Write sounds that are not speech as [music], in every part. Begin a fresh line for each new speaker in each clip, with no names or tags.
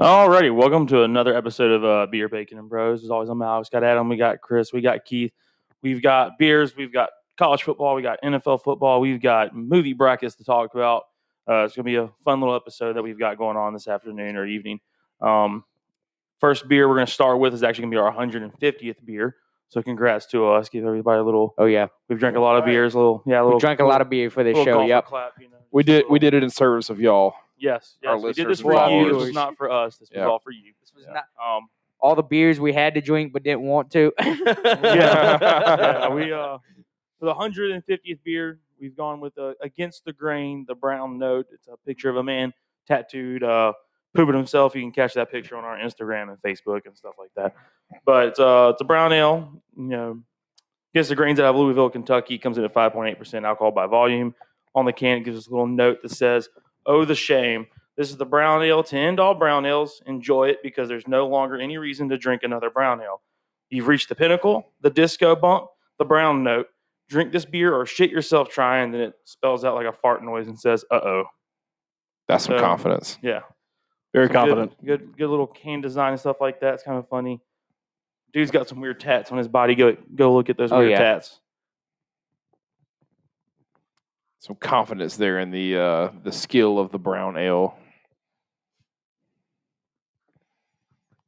Alrighty, welcome to another episode of uh, Beer, Bacon, and Bros. As always, I'm Alex. Got Adam. We got Chris. We got Keith. We've got beers. We've got college football. We got NFL football. We've got movie brackets to talk about. Uh, it's gonna be a fun little episode that we've got going on this afternoon or evening. Um, first beer we're gonna start with is actually gonna be our 150th beer. So congrats to us. Give everybody a little.
Oh yeah,
We've drank a lot of
Alright.
beers. A little. Yeah, a little.
we drank a lot of beer for this
little
show.
golfer
Yep.
Clap, you know,
We
just a
did we
little-
did it in service of y'all.
Yes,
Our
yes, we did this
listeners and
for you. This
followers.
was not for us. This was
Yeah.
all for you.
This was
Yeah.
not
Um,
all the beers we had to drink but didn't want to. [laughs]
yeah, yeah, [laughs] we uh, for the 150th beer, we've gone with uh, against the grain, the brown note. It's a picture of a man tattooed, uh, pooping himself. You can catch that picture on our Instagram and Facebook and stuff like that. But it's, uh, it's a brown ale. You know, against the grains out of Louisville, Kentucky, comes in at 5.8 percent alcohol by volume. On the can, it gives us a little note that says, "Oh, the shame." This is the brown ale to end all brown ales. Enjoy it because there's no longer any reason to drink another brown ale. You've reached the pinnacle, the disco bump, the brown note. Drink this beer or shit yourself trying. Then it spells out like a fart noise and says, uh oh.
That's some
So-
confidence.
Yeah.
Very
Some good-
confident.
Good, good, little can design and stuff like that. It's kind of funny. Dude's got some weird tats on his body. Go go look at those
Oh,
weird
yeah.
tats.
Some confidence there in the uh, the skill of the brown ale.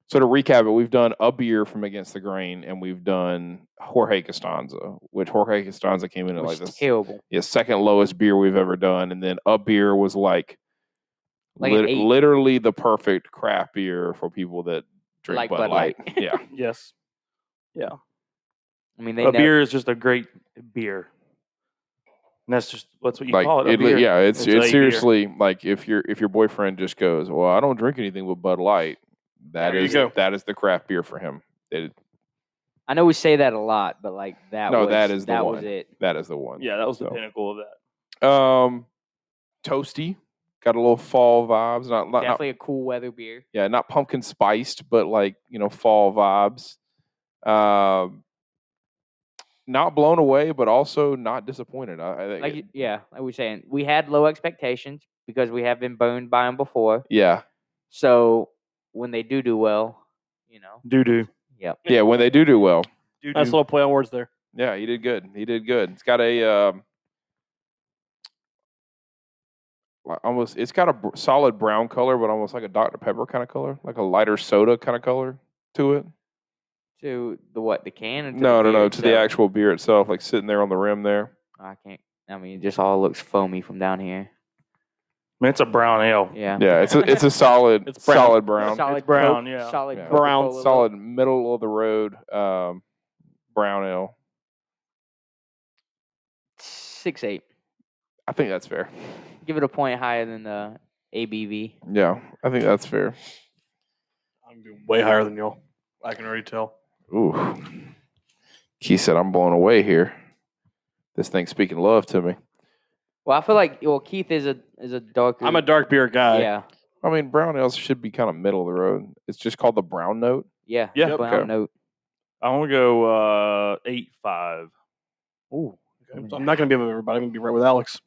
So to recap it, we've done a beer from Against the Grain, and we've done Jorge Costanza, which Jorge Costanza came in at like
Which is
this
terrible.
yeah, second lowest beer we've ever done, and then a beer was like,
Like an
lit-
eight.
literally the perfect craft beer for people that drink
Like
Bud,
Bud
Light.
Light.
yeah,
Yes.
I
A
mean, they know.
beer is just a great beer. And that's just that's what you
like
call it. A
it, li-
beer.
yeah, it's
It's
it's,
a beer.
seriously like if your if your boyfriend just goes, well, I don't drink anything with Bud Light. That
There you
is
go.
that is the craft beer for him. It,
I know we say that a lot, but like that.
No,
was,
that is the
that was
one.
it.
that is the one.
Yeah, that was the
So.
pinnacle of that.
Um, toasty, got a little fall vibes. Not not, not
Definitely a cool weather beer.
yeah, not pumpkin spiced, but like you know, fall vibes. Um, not blown away, but also not disappointed. I, I think,
Like
it-
y- yeah, like we saying, we had low expectations because we have been burned by them before.
yeah,
So when they do do well, you know,
Doo doo.
yep.
yeah. When they do do well,
Doo
Nice
doo.
little play on words there.
yeah, he did good. He did good. It's got a um, like almost. It's got a br- solid brown color, but almost like a Dr Pepper kind of color, like a lighter soda kind of color to it.
To the what the can? Or to
No,
the
no, no.
beer
To the
itself?
actual beer itself, like sitting there on the rim there.
I can't. I mean, it just all looks foamy from down here.
Man, it's a brown ale.
Yeah.
Yeah, it's a it's a solid
It's brown.
solid brown.
Solid
brown,
Coke-
yeah.
Solid.
Yeah.
Brown,
Coca-Cola look.
solid middle of the road um, brown ale.
Six eight.
I think that's fair.
Give it a point higher than the ABV.
Yeah, I think that's fair.
I'm doing way higher than y'all. I can already tell.
Ooh, Keith said I'm blown away here. This thing's speaking love to me.
Well, I feel like well Keith is a is a darker.
I'm a uh, dark beer guy.
Yeah.
I mean, brown ales should be kind of middle of the road. It's just called the brown note.
Yeah.
Yeah.
Brown
Okay.
note.
I want to go uh, eight five.
Ooh.
Okay, so I'm not gonna be with everybody. I'm gonna be right with Alex.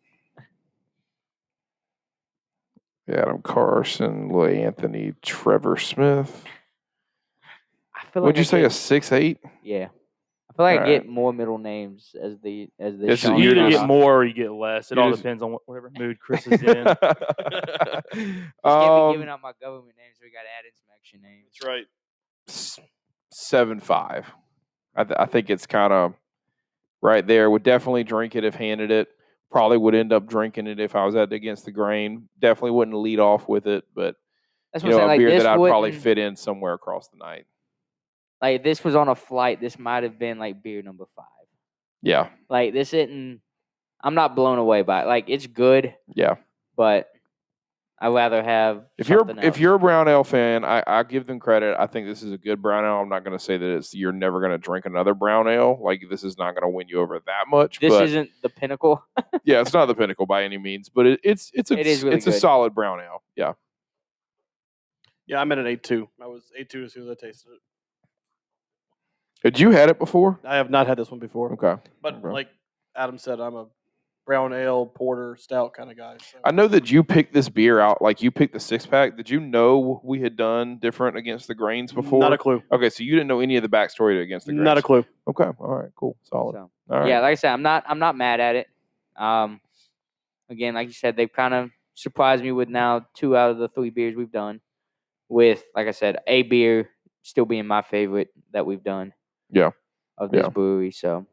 Adam Carson, Lil Anthony, Trevor Smith.
I feel like
Would
I
you say a
get-
six eight?
yeah. I feel like I
Alright.
get more middle names as the as the
It's-
show
you
you're
either
goes
get
just-
on.
more or you get less. It
you
all
just-
depends on what,
[laughs]
whatever mood Chris is
[laughs]
in.
Just can't be
um,
giving out my government names. We got to add in some extra names.
That's right.
s- seven five. I, th- I think it's kind of right there. Would definitely drink it if handed it. Probably would end up drinking it if I was at against the grain. Definitely wouldn't lead off with it, but
That's
you
what I'm saying.
know, a
Like
beer
this
that I'd probably
wouldn't-
fit in somewhere across the night.
Like this was on a flight. This might have been like beer number five.
Yeah,
Like this isn't. I'm not blown away by it. Like it's good,
yeah.
but I'd rather have.
If you're
something
if
else.
you're a brown ale fan, I, I give them credit. I think this is a good brown ale. I'm not going to say that it's you're never going to drink another brown ale. Like this is not going to win you over that much.
this
but
isn't the pinnacle.
yeah, it's not the pinnacle by any means, but it, it's it's a
It is really
it's a
good.
solid brown ale. Yeah.
Yeah, I'm at an eight two. I was eight two as soon as I tasted it.
Had you had it before?
I have not had this one before.
Okay.
But
Okay.
like Adam said, I'm a brown ale, porter, stout kind of guy. So.
I know that you picked this beer out, like you picked the six pack. Did you know we had done different against the grains before?
Not a clue.
okay, so you didn't know any of the backstory to against the grains.
Not a clue.
okay, all right, cool, solid.
So,
all right.
yeah, like I said, I'm not I'm not mad at it. Um, again, like you said, they've kind of surprised me with now two out of the three beers we've done. With like I said, a beer still being my favorite that we've done.
Yeah.
Of this
Yeah.
brewery, so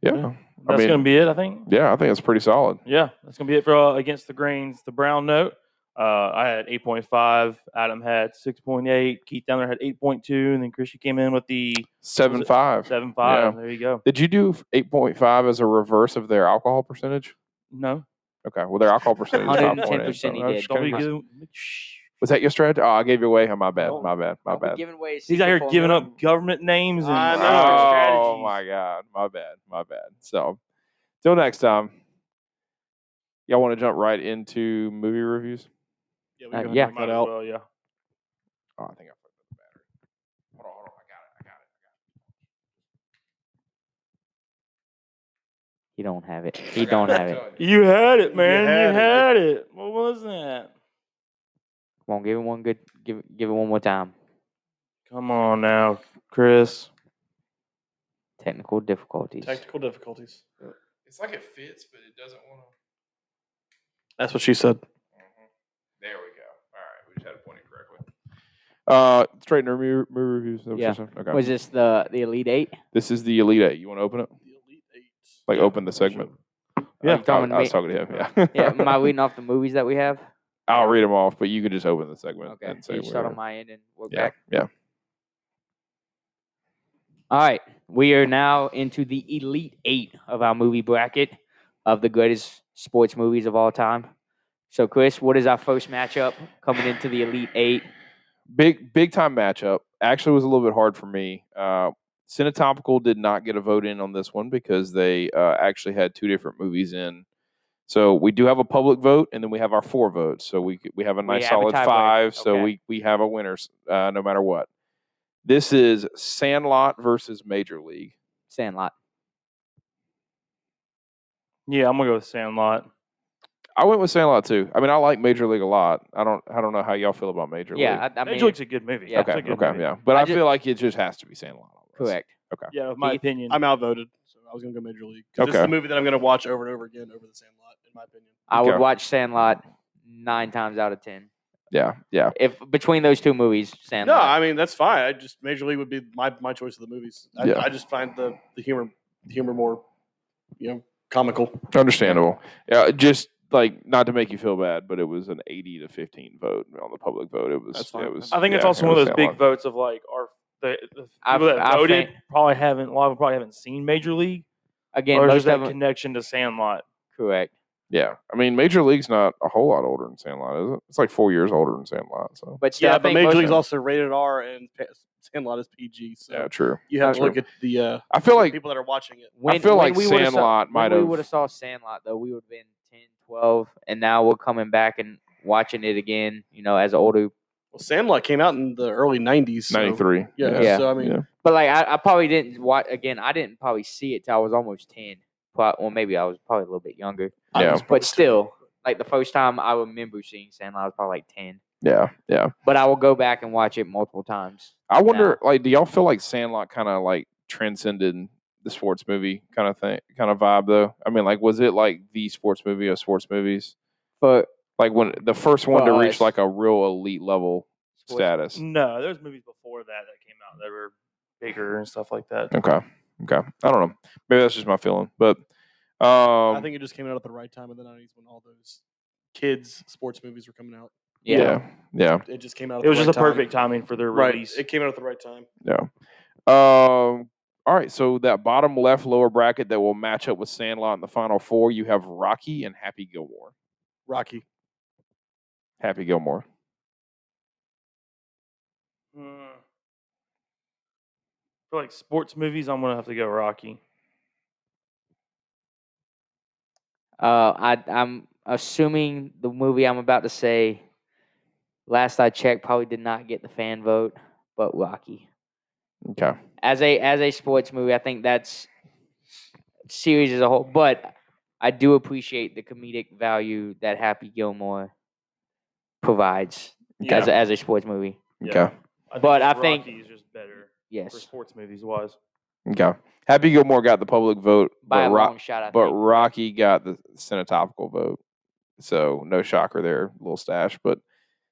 yeah. I
That's
mean,
going to be it, I think.
yeah, I think it's pretty solid.
Yeah, that's going to be it for uh, Against the Grains, the brown note. Uh, I had 8.5. Adam had 6.8. Keith down there had 8.2. And then Christian came in with the
Seven five.
7.5.
Yeah.
There you go.
Did you do eight point five as a reverse of their alcohol percentage?
No.
Okay, well their alcohol percentage is five point eight.
110% he did.
Don't be
Come on.
giving- Shh.
Was that your strategy? Oh, I gave you away. My bad.
Don't-
My bad. My
Don't be
bad.
Giving away a
He's out here
secret
giving
formula.
up government names and
I know.
Oh
strategies.
my god, my bad, my bad. So, till next time, y'all want to jump right into movie reviews?
Yeah,
Uh,
can
yeah.
check
Might
that
as
out.
well, yeah.
Oh, I think I put the battery. Hold on, hold on, I got it, I got it.
You don't have it.
I
You
got
don't
I'm
[laughs] have it.
telling you.
You had it,
You
man. You had,
had it.
it. What was that?
Come on, give it one good. Give it- give it one more time.
Come on now, Chris.
Technical difficulties.
Technical difficulties.
It's like it fits, but it doesn't want to.
That's what she said.
Mm-hmm. There we go. All right, we just had to point it correctly. Uh, straight into movie, movie reviews. that what you
Yeah.
said? Okay.
Was this the the elite eight?
this is the Elite Eight. You want to open it?
The Elite Eight.
Like open the segment.
Yeah.
Like talking
I, I was
ma-
talking to him. Yeah.
yeah,
[laughs]
am I reading off the movies that we have?
I'll read them off, but you can just open the segment.
Okay,
and
so
say
you start
whatever.
on my end and work
Yeah.
back.
Yeah.
All right, we are now into the elite eight of our movie bracket of the greatest sports movies of all time. So, Chris, what is our first matchup coming into the elite eight?
big big time matchup. Actually, was a little bit hard for me. Uh, Cinetropical did not get a vote in on this one because they uh, actually had two different movies in. So we do have a public vote, and then we have our four votes. So we c- we have a nice
have a
solid
tiebreaker.
five. So
Okay.
we we have a winner s- uh, no matter what. This is Sandlot versus Major League.
Sandlot.
Yeah, I'm gonna go with Sandlot.
I went with Sandlot too. I mean, I like Major League a lot. I don't I don't know how y'all feel about Major League.
Yeah, I, I mean,
Major League's a good movie.
yeah,
It's
okay,
a good
okay,
movie.
yeah. But I,
I ju-
feel like it just has to be Sandlot. on this.
correct.
Yeah, of my
Keith,
opinion.
I'm outvoted, so I was gonna go Major League. 'cause This is the
Okay.
movie that I'm gonna watch over and over again over the Sandlot, in my opinion.
I
Okay.
would watch Sandlot nine times out of ten.
Yeah, yeah.
If between those two movies,
No,
Sandlot.
I mean that's fine. I just Major League would be my, my choice of the movies. I,
Yeah.
I just find the, the humor humor more, you know, comical.
Understandable. Yeah, just like not to make you feel bad, but it was an eighty to fifteen vote on the public vote. It was.
That's fine.
It was.
I think it's
yeah,
also
it
one
was
of those big
Sandlot.
votes of like our the, the
I've-
people that
I
voted
think-
probably haven't a lot of them probably haven't seen Major League
Again,
or
most
there's
of
that
them,
connection to Sandlot.
correct.
Yeah, I mean, Major League's not a whole lot older than Sandlot, is it? It's like four years older than Sandlot. So
But still,
Yeah,
I
but
think
Major
most
League's
of-
also rated R, and Pa- Sandlot is PG. So
yeah, true.
you have to
True.
look at the uh,
I feel like
people that are watching it.
when,
feel
when
like
we would've saw-
Sandlot
when
might
We
have-
would have saw Sandlot though. We would have been 10, 12, and now we're coming back and watching it again. You know, as an older.
Well, Sandlot came out in the early '90s. so-
ninety three.
Yeah,
Yeah.
So I mean,
But like, I, I probably didn't watch again. I didn't probably see it till I was almost ten. Pro- Well, maybe I was probably a little bit younger.
I
Yeah.
was probably
But still, like the first time I remember seeing Sandlot, I was probably like ten.
yeah, yeah.
But I will go back and watch it multiple times.
I wonder, like, do y'all feel like Sandlot kind of like transcended the sports movie kind of thing, kind of vibe though? I mean, like, was it like the sports movie of sports movies?
But
Like when the first one to
For
reach
us.
like a real elite level
sports-
status.
No, there's movies before that that came out that were bigger and stuff like that.
Okay. Okay. I don't know. Maybe that's just my feeling, but um,
I think it just came out at the right time in the '90s when all those kids sports movies were coming out.
yeah,
yeah, yeah,
It just came out. At
It was
the
just a
right time.
perfect timing for their
right.
release.
It came out at the right time.
yeah. Um, all right. So that bottom left lower bracket that will match up with Sandlot in the final four, you have Rocky and Happy Gilmore.
Rocky.
Happy Gilmore.
Mm. For like sports movies, I'm gonna have to go Rocky.
Uh, I, I'm assuming the movie I'm about to say, last I checked, probably did not get the fan vote, but Rocky.
Okay.
As a as a sports movie, I think that's series as a whole. But I do appreciate the comedic value that Happy Gilmore provides
Yeah.
as, a, as a sports movie.
Yeah.
Okay.
but
just
I think-
Rocky is just better for
Yes,
sports movies wise.
Okay. Happy Gilmore got the public vote,
by a
but, Ro-
long shot. I
but
think.
Rocky got the cinematopical vote. So no shocker there, little stash. But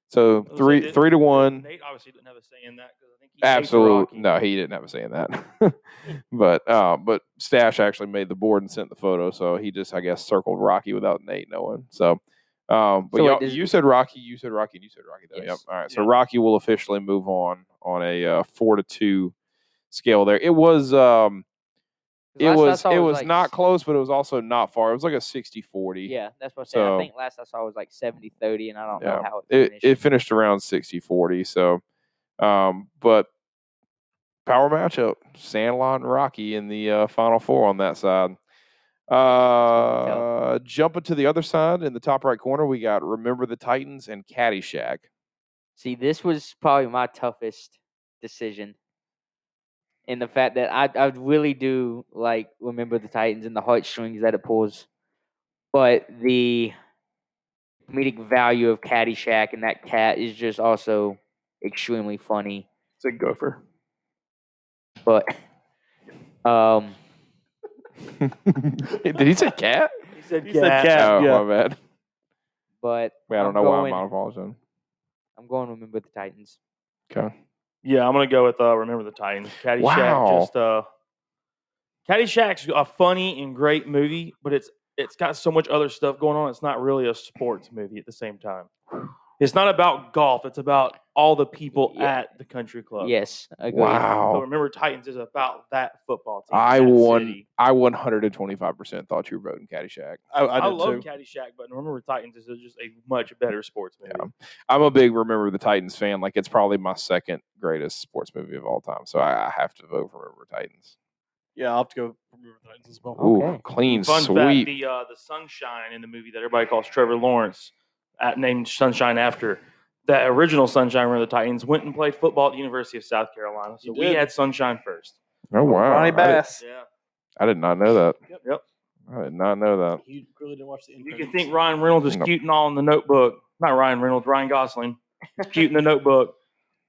so
Well, Oh, so
three
did-
three to one.
Nate obviously didn't have a say in that because I think he hates
Absolutely.
Rocky.
Mm. No, he didn't have a say in that. [laughs] but uh, but Stash actually made the board and sent the photo, so he just I guess circled Rocky without Nate knowing. So um but
So it
y'all-
does-
you said Rocky, you said Rocky, and you said Rocky though. Yep.
Yes.
All right. So
Yeah.
Rocky will officially move on on a uh, four to two scale there. It was um
'Cause
it
last I
was
saw
it was
like
not
s-
close, but it was also not far. It was like a 60-40.
Yeah, that's what I'm saying.
So-
I think last I saw was like 70-30, and I don't
Yeah.
know how it
it,
finished.
it finished around 60 40 so um but power matchup sandlot and rocky in the uh, final four on that side uh jumping to the other side in the top right corner we got remember the titans
[laughs]
and caddyshack
See, this was probably my toughest decision. In the fact that I, I really do like remember the Titans and the heartstrings that it pulls, but the comedic value of Caddyshack and that cat is just also extremely funny.
It's a gopher.
But [laughs] um,
did he say cat
He said
He said cat.
oh
yeah.
my bad
but
Wait, i don't
I'm
know why
going-
i'm apologizing
I'm going to remember the Titans.
okay
Yeah, I'm gonna go with uh, Remember the Titans. Caddyshack
Wow.
just uh Caddyshack's a funny and great movie, but it's it's got so much other stuff going on. It's not really a sports movie at the same time. It's not about golf. It's about all the people
Yeah.
at the country club.
Yes, agreed.
Oh.
But
wow
remember, Titans is about that football team.
i
that
won
city.
i 125% thought you were voting caddyshack
I, I
I,
did
love
too.
Caddyshack, but remember, Titans is just a much better sports movie.
Yeah. I'm a big Remember the Titans fan. Like it's probably my second greatest sports movie of all time. So I, I have to vote for Remember the Titans.
Yeah, I'll have to go. Remember the Titans as well.
Ooh,
Okay.
clean
Fun fact:
sweep.
the uh, the sunshine in the movie that everybody calls Trevor Lawrence, at, named Sunshine after that original Sunshine Runner of the Titans, went and played football at the University of South Carolina. So
You
we
did.
had Sunshine first.
Oh wow,
Ronnie
I, did,
Bass.
Yeah,
I did not know that.
yep, yep.
I did not know that.
You really didn't watch the. end
You can
credits.
think Ryan Reynolds is
Nope.
cute and all in the Notebook. Not Ryan Reynolds, Ryan Gosling. He's cute in the
[laughs]
Notebook,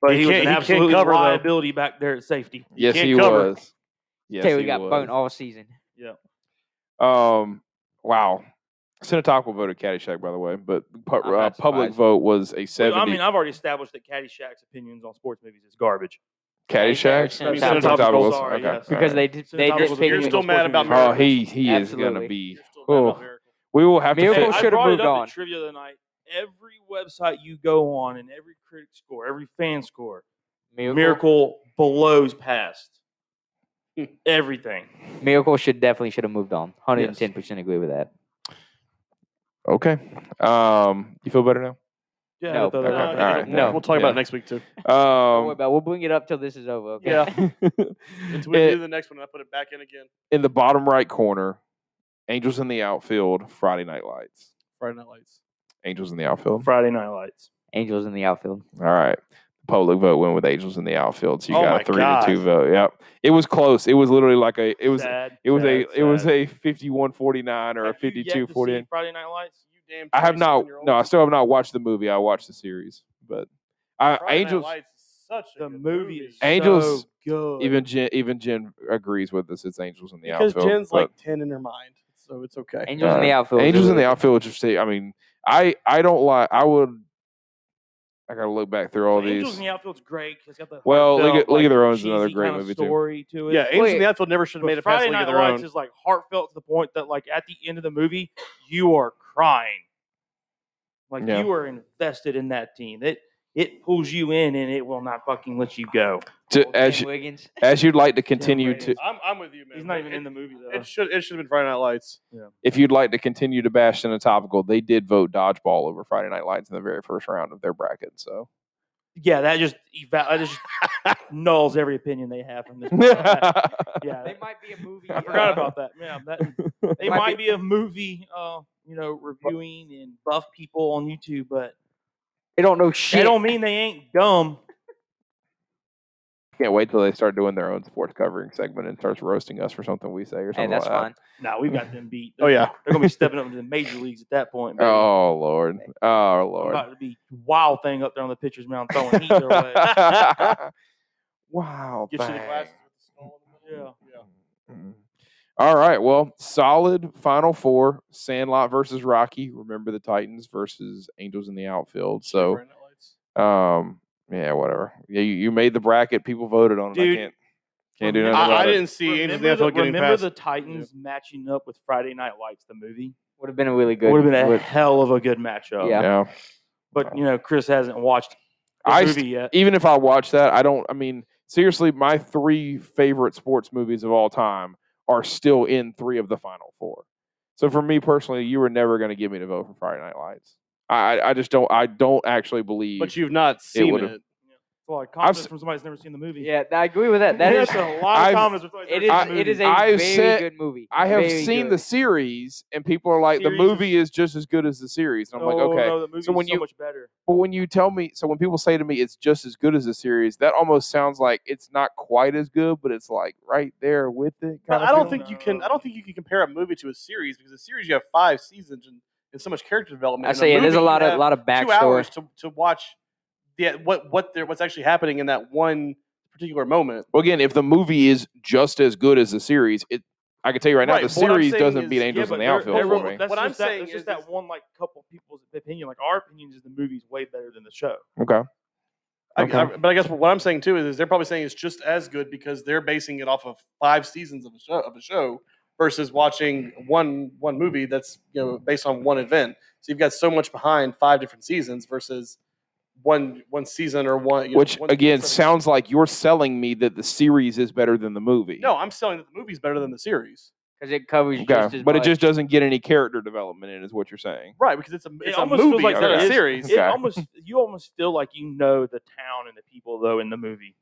but
He
he, was
can't-
an
he can't
absolute
cover, though.
liability back there at safety.
yes,
can't
he
cover.
was. Yes,
Taylor
he
got
was.
burnt all season.
Um, wow. Cinetalk will vote at Caddyshack, by the way, but pu-
I'm
uh,
not
public
surprised.
vote was a
Well,
seventy.
I mean, I've already established that Caddyshack's opinions on sports movies is garbage.
Caddyshack.
Cinetalk.
Cinetalk
Cinetalk,
was-
sorry,
okay,
yes.
all
Because
right.
they did,
Since
they
I was
just
with-
picked
You're
me.
still mad about
Oh,
Miracles.
he he is gonna
Absolutely.
be.
You're still mad about
oh.
Miracles.
We will have to.
Miracle
fix-
Hey, I
should've
brought it
moved
up
on.
in trivia the other night. Every website you go on and every critic score, every fan score,
Miracle,
Miracle, blows past
Hmm.
everything.
Miracle should definitely should have moved on. Hundred and ten percent agree with that.
Okay. Um, you feel better now?
Yeah,
No,
the
Uh,
other
okay,
night.
you
all
know,
right.
we'll- We'll talk
Yeah.
about it next week too.
Don't worry
Um,
about. it. We'll bring it up till this is over. Okay.
Yeah. Until we do
It-
the next one, I put it back in again.
in the bottom right corner, Angels in the outfield, Friday Night Lights.
Friday Night Lights.
Angels in the outfield.
Friday Night Lights.
[laughs] Angels in the outfield.
All right. Public vote went with Angels in the outfield. So you
Oh
got
my
a three to two
God.
vote. Yep. It was close. It was literally like a it was
Sad,
it was a
sad,
it was
sad.
a fifty one forty
[laughs]
nine or a
Have you
fifty
yet
two
to see
forty nine.
Friday Night Lights.
You damn.
I have not
27-year-old.
no, I still have not watched the movie. I watched the series. But I
Friday Night
Angels
Lights is such a
The
good
movie is
Angels,
so good.
even Jen even Jen agrees with us. It's Angels in the
because
outfield.
Jen's
but-
like ten in her mind, so it's okay.
Angels in the
Uh,
outfield. is a
Angels in
really
the
good-
outfield, which is, I mean, I I don't like. I would. I gotta look back through all
So
these.
Angels in the Outfield's great. 'cause It's got the
Well, League of-
heartfelt,
League of Their Own is
cheesy
another great
kind of
movie, too.
story to it.
yeah, Angels in
Wait.
the outfield never should have
But
made it past
Friday
League
Night
of Their
Lights
Own.
is like heartfelt to the point that like at the end of the movie, you are crying. Like
Yeah.
you are invested in that team. It it pulls you in and it will not fucking let you go.
To,
Well,
as
Tim
you,
Wiggins.
as you'd like to continue to,
Brady's-
I'm, I'm with you, man.
He's not
It-
even in the movie though.
It should it should have been Friday Night Lights.
if you'd like to continue to bash in a topical, they did vote dodgeball over Friday Night Lights in the very first round of their bracket. So
yeah, that just eva- that
[laughs]
just nulls every opinion they have from this. podcast.
yeah,
yeah,
They might be a movie.
I forgot about that. Yeah, that, they
Might
might be a movie, uh, you know, reviewing and buff people on YouTube, but
They don't know shit.
they don't mean they ain't dumb.
[laughs] Can't wait till they start doing their own sports covering segment and starts roasting us for something we say or something.
Hey, that's
like that.
fine.
Nah, we've got them beat.
Oh, yeah.
they're gonna be stepping up into the major leagues at that point. baby.
Oh lord, oh
I'm
lord.
about to be wild thing up there on the pitcher's mound throwing heat their
[laughs]
way.
wow.
Get you the
bang.
glasses with the skull in the middle. Yeah.
Mm. All right. Well, solid final four. Sandlot versus Rocky. Remember the Titans versus Angels in the outfield. So,
Different lights.
um, yeah, whatever. Yeah, you, you made the bracket. People voted on it.
Dude,
I can't, can't do
remember-
nothing
I-
about
I, I
it.
didn't see Angels in the
Remember, the,
outfield getting
remember
past.
the Titans matching up with Friday Night Lights, the movie.
Would have been a really good.
Would have been a
would-
hell of a good matchup.
Yeah.
Yeah.
but you know, Chris hasn't watched the
I
movie
st-
yet.
even if I watch that, I don't. I mean, seriously, my three favorite sports movies of all time are still in three of the final four. So for me personally, you were never going to get me to vote for Friday Night Lights. I, I I just don't. I don't actually believe.
but you've not seen it.
would've-
It's a lot of confidence
s-
from somebody who's never seen the movie.
yeah, I agree with that. That
[laughs]
is.
That's a lot
I've-
of confidence from somebody
It
who's
is.
never
I-
seen the
it is
movie.
a
I've
very
said-
good movie.
I have
Very
seen
good.
the series, and people are like,
Series
the
is-
movie is just as good as the series. And I'm like,
No,
Oh,
okay.
Oh, no, the movie's
when
so
you-
much better.
But when you tell me, so when people say to me, it's just as good as the series, that almost sounds like it's not quite as good, but it's like right there with it.
But
kinda
I don't
feeling.
think you can. I don't think you can compare a movie to a series because a series you have five seasons and, and so much character development.
I
In
say yeah, there's
movie,
a
you
lot of
have
lot of
two
backstory.
hours to, to watch. Yeah, what what there what's actually happening in that one particular moment.
Well, again, if the movie is just as good as the series, it I can tell you right now,
Right,
the
but what I'm
series
saying
doesn't
is-
beat
yeah,
Angels
but
in the
they're-
outfield
they're-
well,
for
well,
me.
That's
What I'm
just that-
saying
that's
is-
just that one like couple people's opinion. Like our opinions is the movie's way better than the show.
Okay,
I,
Okay.
I, but I guess what I'm saying too is, is they're probably saying it's just as good because they're basing it off of five seasons of a show of a show versus watching one one movie that's you know based on one event. So you've got so much behind five different seasons versus one one season or one. You know,
which
one-
again
one-
sounds like you're selling me that the series is better than the movie.
No, I'm selling that the movie's better than the series.
Because it covers just
okay,
as
but it
much.
just doesn't get any character development in, is what you're saying.
Right, because it's a it's a
almost feels
movie,
like
it's not
that
a
is-
series.
Okay.
It almost you almost feel like you know the town and the people though in the movie.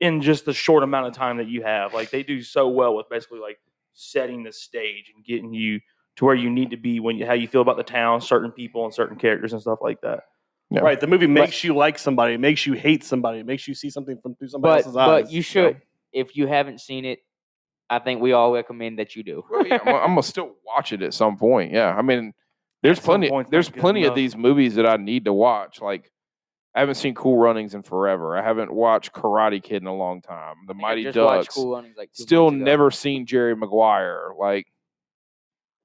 In just the short amount of time that you have, like they do so well with basically like setting the stage and getting you to where you need to be when you, how you feel about the town, certain people, and certain characters and stuff like that.
Yeah.
Right, the movie makes you like somebody, it makes you hate somebody, it makes you see something from through somebody
but
else's eyes.
but you should if you haven't seen it, I think we all recommend that you do.
Well, yeah, I'm, I'm gonna still watch it at some point. Yeah, I mean, there's
At some
plenty.
point's
There's
not good
plenty of
enough.
these movies that I need to watch. Like, I haven't seen Cool Runnings in forever. I haven't watched Karate Kid in a long time.
I
The
think I
Mighty
just watched
Ducks.
Cool Runnings like two
Still
months ago.
never seen Jerry Maguire. Like,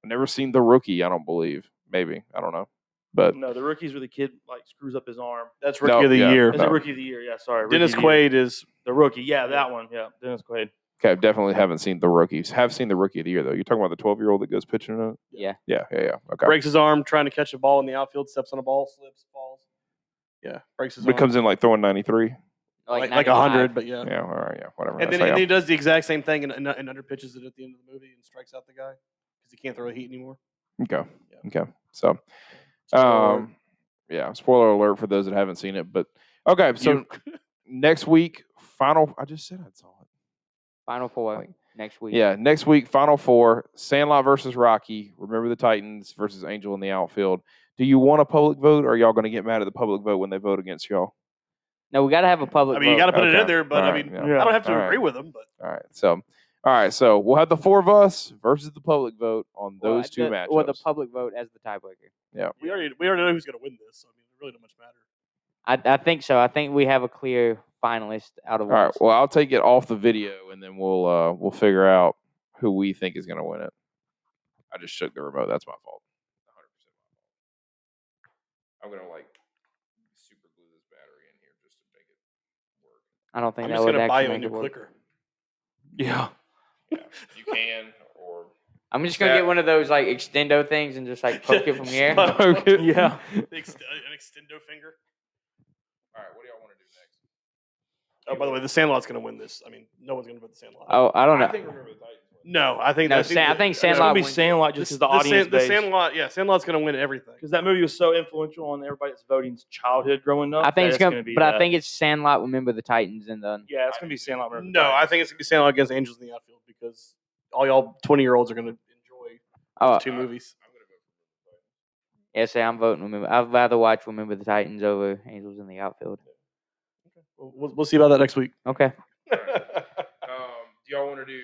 I've never seen The Rookie. I don't believe. Maybe I don't know. But
No, the rookies where the kid like screws up his arm.
That's
No,
rookie of the
yeah,
year.
Is
No.
it rookie of the year? Yeah, sorry. Rookie
Dennis
of the year.
Quaid is
the rookie. Yeah, that one. Yeah, Dennis Quaid.
okay, definitely haven't seen The Rookies. Have seen The Rookie of the Year though. You're talking about the 12 year old that goes pitching it.
Yeah.
Yeah. Yeah. Yeah. Okay.
breaks his arm trying to catch a ball in the outfield, steps on a ball, slips, falls. Yeah, breaks his
But
arm.
comes in like throwing 93.
like
like like a
95.
hundred, but yeah.
Yeah. All right. Yeah. Whatever.
And
that's
then,
like,
and
I'm-
then he does the exact same thing and, and, and underpitches it at the end of the movie and strikes out the guy because he can't throw the heat anymore.
Okay.
Yeah.
Okay. So,
Spoiler alert.
um, yeah, spoiler alert for those that haven't seen it. But okay, so
You-
next week, final. I just said I saw it.
Final four
Like-
next week.
Yeah, next week, final four: Sandlot versus Rocky. Remember the Titans versus Angel in the outfield. Do you want a public vote, or are y'all going to get mad at the public vote when they vote against y'all?
No, we gotta have a public.
I mean, you
vote.
got to put it
Okay.
in there, but
All
I
right,
mean,
yeah.
I don't have to
All right.
agree with him. But
All right. So, all right. So we'll have the four of us versus the public vote on
Well,
those two
the-
matchups.
Or the public vote as the tiebreaker.
we already we already know who's going to win this, so I mean, it really don't much matter.
I, I think so. I think we have a clear finalist out of
all right.
us.
Well, I'll take it off the video, and then we'll uh, we'll figure out who we think is going to win it. I just shook the remote. That's my fault. 100% my fault. I'm going to like super glue this battery in here just to make it work.
I don't think
I'm
that
just
would
going to buy
actually
you
make
a new
it work.
clicker.
Yeah.
Yeah, you can or
I'm just gonna
Yeah.
get one of those like extendo things and
[laughs]
just like poke it from here.
Spot-
Poke it.
Yeah.
The ext- uh, an extendo finger.
All right, what do y'all want to do next?
Oh, by the way, the Sandlot's going to win this. I mean, no one's going to vote the Sandlot.
[laughs] Oh, I don't know.
remember the Titans. win.
no, I think
No,
I think,
Sa- I think
the- no,
It's gonna
Sandlot
be
wins.
Sandlot just
the-
as the,
the
audience
San- the
base.
Sandlot, yeah, Sandlot's going to win everything.
because that movie was so influential on everybody that's voting's childhood growing up.
I think
that
it's gonna,
be
but
that.
I think it's Sandlot. Remember the Titans and then
yeah, it's gonna be Sandlot. versus
No, I
Titans.
think it's gonna be Sandlot against Angels in the outfield because all y'all twenty year olds are gonna enjoy
oh
two movies.
I'm gonna go for
yeah, say I'm voting. Remember, I'd rather watch Remember the Titans over Angels in the outfield.
We'll, we'll see about that next week.
Okay.
Um, do y'all want to do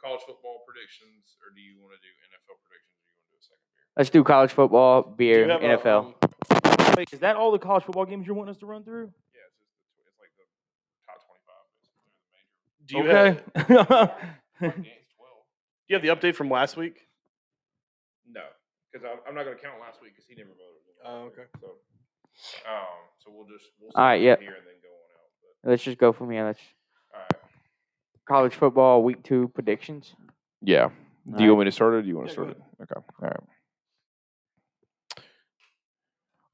college football predictions, or do you want to do NFL predictions, or do you want to do a second beer?
Let's do college football, beer,
Do you have a,
NFL.
um,
Wait, is that all the college football games you're wanting us to run through?
Yeah, it's, just, the tw- it's like the top twenty-five. basically, the major.
do you
okay. [laughs]
[laughs]
have, do
Martin Gay's twelve.
you have the update from last week?
No, because I'm, I'm not going to count last week because he never voted. in
Oh,
last week, So, um, so we'll just we'll
All right,
start
yeah.
here and then go on out. But
Let's just go from here. Let's
all right.
college football week two predictions.
Yeah. Do
Alright.
you want me to start it? Or do you want
Yeah,
to
go
start it? Okay. All right.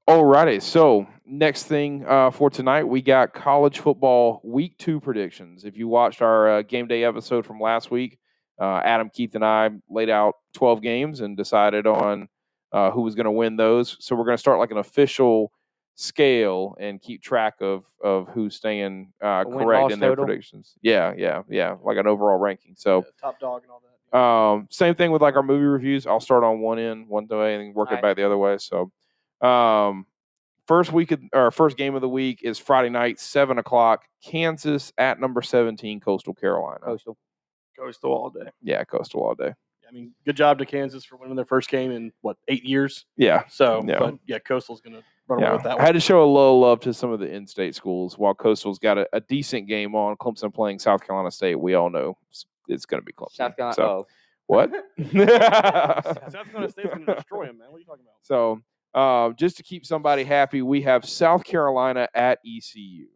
Alrighty. So next thing uh, for tonight, we got college football week two predictions. If you watched our uh, game day episode from last week, uh, Adam Keith and I laid out twelve games and decided on uh, who was going to win those. So we're going to start like an official scale and keep track of of who's staying uh,
A win-loss
correct in their
total?
predictions. Yeah, yeah, yeah. Like an overall ranking. So.
Yeah, top dog and all that.
Um, same thing with like our movie reviews. I'll start on one end one way and work it
Alright.
back the other way. So, um, first week of, or first game of the week is Friday night, seven o'clock. Kansas at number seventeen, Coastal Carolina.
Coastal.
Coastal all day.
Yeah, Coastal all day.
I mean, good job to Kansas for winning their first game in what eight years.
Yeah,
So,
Yeah.
but yeah, Coastal's gonna run away
yeah.
with that
I
one.
had to show a little love to some of the in-state schools. While Coastal's got a, a decent game on, Clemson playing South Carolina State. We all know it's, it's going to be
[laughs]
Clemson.
South Carolina.
So,
Oh,
What? [laughs]
South Carolina State's gonna destroy him, man. What are you talking about?
So, uh, just to keep somebody happy, we have South Carolina at ECU.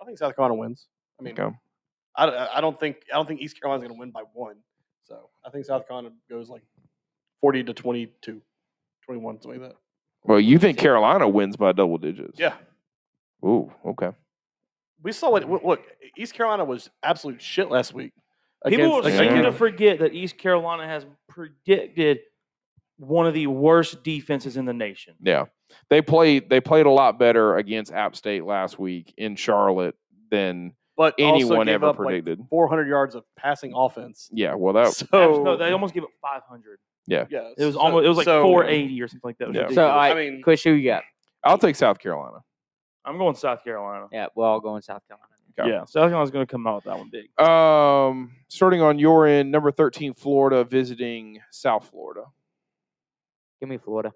I think South Carolina wins. I mean,
Okay.
I, I- I don't think I don't think East Carolina's going to win by one. So I think South Carolina goes like forty to 22, 21, something like that.
Well, you think Carolina wins by double digits?
Yeah,
Ooh. Okay.
we saw what w- look. East Carolina was absolute shit last week.
People
against-
seem
against-
to forget that East Carolina has predicted one of the worst defenses in the nation.
Yeah. They played. They played a lot better against App State last week in Charlotte than
but also
anyone
gave
ever
up, like,
predicted.
four hundred yards of passing offense.
yeah. Well, that.
[laughs] So
Abs- no, they almost gave up 500.
[laughs] yeah,
It was
so-
almost it was like
so-
480 or something like that. It was
Yeah. So,
so,
ridiculous.
all right,
I mean,
oh, Chris, who you got?
I'll take South Carolina.
I'm going South Carolina.
Yeah, we're all going South Carolina.
Okay.
Yeah, South Carolina's going to come out with that one big.
Um, starting on your end, number thirteen, Florida visiting South Florida.
Give me Florida.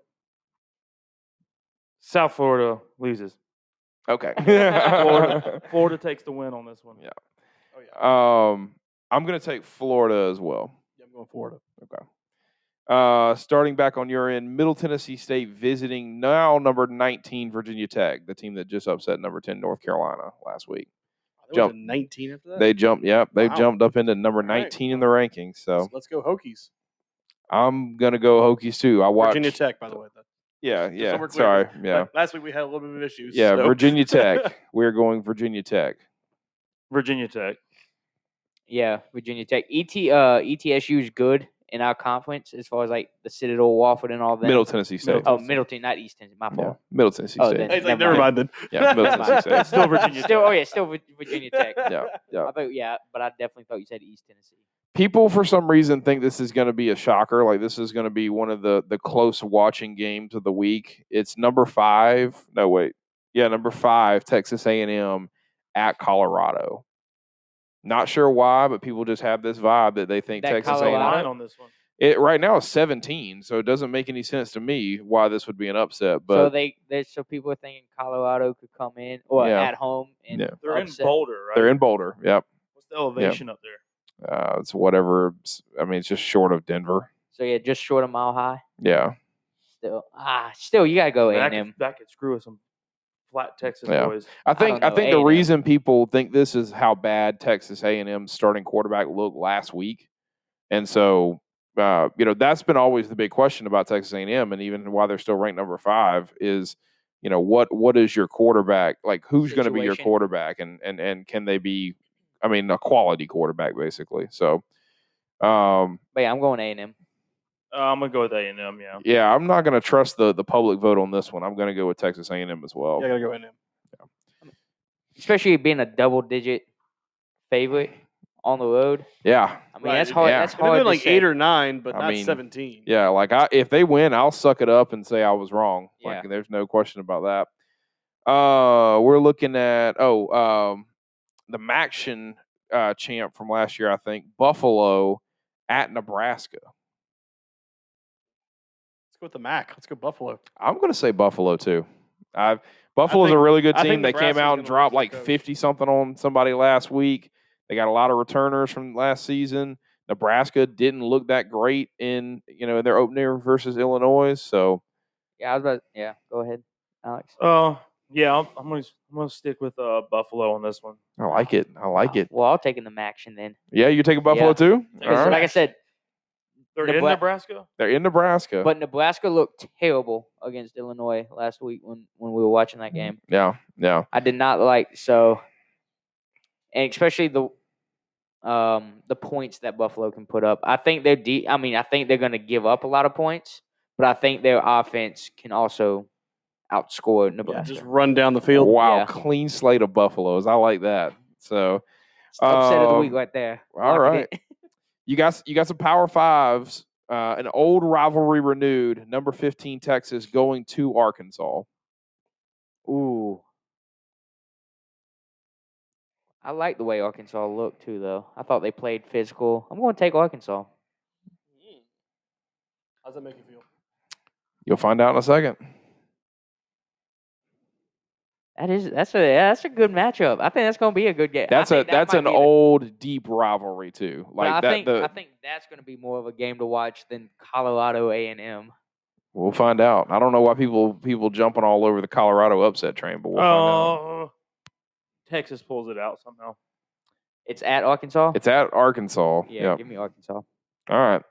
South Florida loses.
[laughs]
Okay.
Florida. Florida takes the win on this one.
Yeah.
oh,
[laughs]
yeah.
Um, I'm gonna take Florida as well.
Yeah, I'm going Florida.
Okay. Uh, starting back on your end, Middle Tennessee State visiting now number 19 Virginia Tech, the team that just upset number 10 North Carolina last week.
There
Jump.
was a nineteen after that.
They jumped, yep, they
Wow.
jumped up into number
right,
19 in the rankings. So
So let's go Hokies.
I'm gonna go Hokies too. I watched,
Virginia Tech, by the way. Though.
yeah,
just so
yeah.
we're clear.
Sorry, yeah,
[laughs] Like, last week we had a little bit of issues.
yeah.
so-
Virginia
[laughs]
Tech. We're going Virginia Tech.
Virginia Tech.
Yeah, Virginia Tech. ET uh ETSU is good in our conference as far as like the Citadel, Wofford, and all that.
Middle Tennessee State.
Oh, Middleton, not East Tennessee. My
Yeah,
fault.
Middle Tennessee
Oh,
State.
then-
Hey, it's like,
Never
never
mind.
mind then.
Yeah, Middle
[laughs]
Tennessee State.
It's still Virginia
Still, oh
Tech.
yeah, still Vir- Virginia [laughs] Tech.
Yeah, yeah.
I thought, yeah, but I definitely thought you said East Tennessee.
people for some reason think this is going to be a shocker like this is going to be one of the the close watching games of the week it's number five no wait yeah number five texas a&m at colorado not sure why but people just have this vibe that they think
That
texas
Still
Colorado-
a&m
line on this one.
it right now is 17 so it doesn't make any sense to me why this would be an upset
so
but
they, they, so people are thinking Colorado could come in or
Yeah.
at home and
Yeah.
They're in
upset.
Boulder, right?
they're in boulder yep
What's the elevation up there?
uh, it's whatever it's- i mean it's just short of denver
So yeah, just short of mile high.
yeah
Still, ah, still you gotta go A
that,
and
could,
M.
that could screw us some flat Texas
Yeah.
boys.
I think
don't
I,
know,
think the
A&M.
reason people think this is how bad Texas A and M's starting quarterback looked last week, and so uh, you know that's been always the big question about Texas A and M, and even why they're still ranked number five is you know what what is your quarterback like? Who's going to be your
Situation.
quarterback, and and and can they be? I mean, a quality quarterback basically. So. Um.
But yeah, I'm going A and M.
Uh, I'm gonna go with A and M. Yeah.
Yeah, I'm not going to trust the the public vote on this one. I'm going to go with Texas A&M as well.
Yeah, I gotta go in him.
Especially being a double digit favorite on the road.
yeah.
I mean
Right,
that's hard.
yeah.
That's
It would have
hard.
been
to
like
say.
eight or nine, but
I
not
mean,
seventeen.
Yeah, like I if they win, I'll suck it up and say I was wrong. Like
Yeah.
there's no question about that. Uh, we're looking at oh, um, the Maction uh, champ from last year, I think, Buffalo at Nebraska.
Let's go with the Mac. Let's go Buffalo.
I'm going to say Buffalo too. I've Buffalo's
think-
a really good
I
team.
think
They came
Nebraska's
out
gonna
and
lose
dropped
their
like
coach.
50 something on somebody last week. They got a lot of returners from last season. Nebraska didn't look that great in you know in their opener versus Illinois. So
Yeah, I was about. Yeah, go ahead, Alex.
Uh, yeah, I'm, I'm gonna I'm gonna stick with uh, Buffalo on this one.
I like it. I like
Uh,
it.
Well, I'll take in the Maction then.
Yeah, you're taking Buffalo
Yeah.
too.
'Cause
All right.
Like I said,
They're in
Nebra-
Nebraska.
They're in Nebraska.
but Nebraska looked terrible against Illinois last week when when we were watching
Mm-hmm.
that game.
yeah, yeah.
I did not like so, and especially the um the points that Buffalo can put up. I think they're de- I mean, I think they're going to give up a lot of points, but I think their offense can also outscore
Yeah,
Nebraska.
just run down the field.
Wow,
Yeah.
clean slate of Buffaloes. I like that. So
It's the upset of the week
um,
right there.
all
Lock it in.
right. you got s- you got some power fives. Uh, an old rivalry renewed. Number fifteen Texas going to Arkansas.
Ooh. I like the way Arkansas looked too, though. I thought they played physical. I'm going to take Arkansas.
How's that make you feel?
You'll find out in a second.
That is that's a yeah, that's a good matchup. I think that's going to be a good game. I
That's a
think that
that's
might
an
be the-
old deep rivalry too.
but
Like
I
that.
think
the,
I think that's going to be more of a game to watch than Colorado A and M.
we'll find out. I don't know why people people jumping all over the Colorado upset train, but we'll find
Oh.
out.
Uh, Texas pulls it out somehow.
It's at Arkansas.
It's at Arkansas.
yeah,
Yep.
give me Arkansas.
All right.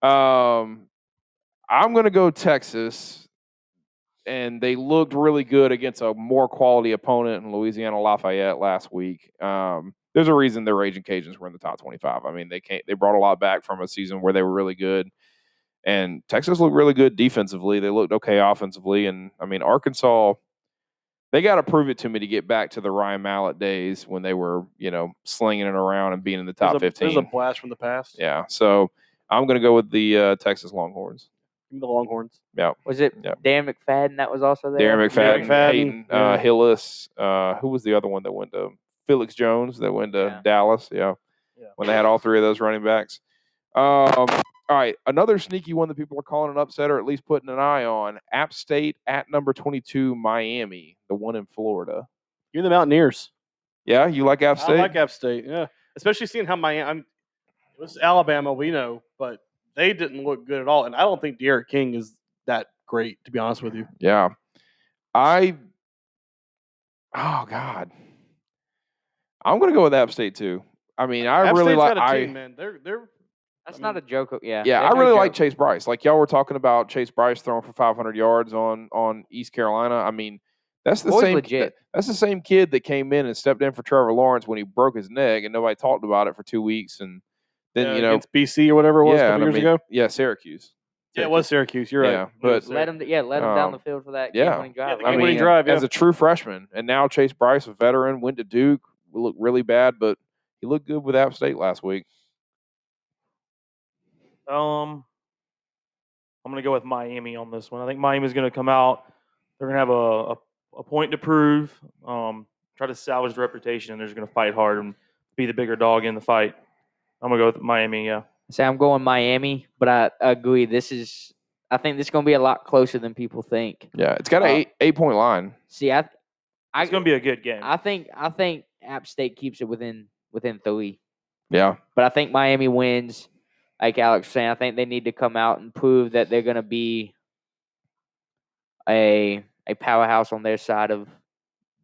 Um, I'm going to go Texas, and they looked really good against a more quality opponent in Louisiana Lafayette last week. Um, there's a reason the Raging Cajuns were in the top 25. I mean, they came, they brought a lot back from a season where they were really good, and Texas looked really good defensively. They looked okay offensively, and I mean Arkansas. They got to prove it to me to get back to the Ryan Mallett days when they were, you know, slinging it around and being in the top
there's a,
15.
There's a blast from the past.
Yeah. So I'm going to go with the uh, Texas Longhorns.
Give me the Longhorns.
Was it
Yep.
Dan McFadden that was also there?
Darren
Darren
McFadden,
McFadden,
Hayden uh,
yeah.
Hillis. Uh, who was the other one that went to Felix Jones that went to
Yeah.
Dallas? Yeah.
Yeah.
When they had all three of those running backs. Um, all right. Another sneaky one that people are calling an upset or at least putting an eye on App State at number 22, Miami, the one in Florida.
Give me the Mountaineers.
Yeah. You like App State?
I like App State. Yeah, especially seeing how Miami. I'm, it was Alabama, we know, but they didn't look good at all. And I don't think Derek King is that great, to be honest with you.
Yeah. I. Oh God. I'm gonna go with App State too. I mean, I
App
really
State's
like.
got a
I
team, man. They're they're
That's
I
not a
mean-
joke. o- Yeah.
yeah,
they're
I
no
really like
joke.
Chase Bryce. Like y'all were talking about Chase Bryce throwing for 500 yards on on East Carolina. I mean, that's the
Boy's
same.
legit.
That's the same kid that came in and stepped in for Trevor Lawrence when he broke his neck, and nobody talked about it for two weeks, and then
uh,
you know,
against BC or whatever it was a
yeah,
couple
and I
years
mean-
ago.
yeah, Syracuse.
Yeah, it was Syracuse. You're
Yeah,
right.
but-
It was [laughs]
Let him, yeah, let him down the
Um,
field for that
yeah.
game-winning drive.
the
I
I
game-winning
mean,
mean,
drive.
as
yeah.
a true freshman, and now Chase Bryce, a veteran, went to Duke, looked really bad, but he looked good with App State last week.
Um, I'm gonna go with Miami on this one. I think Miami's gonna come out. They're gonna have a, a, a point to prove. Um, try to salvage the reputation, and they're just gonna fight hard and be the bigger dog in the fight. I'm gonna go with Miami. Yeah,
say I'm going Miami, but I agree. This is, I think this is going to be a lot closer than people think.
Yeah, it's got
Uh,
an eight eight point line.
See, I, I,
it's gonna be a good game.
I think, I think App State keeps it within within three,
Yeah,
but I think Miami wins. Like Alex was saying, I think they need to come out and prove that they're going to be a a powerhouse on their side of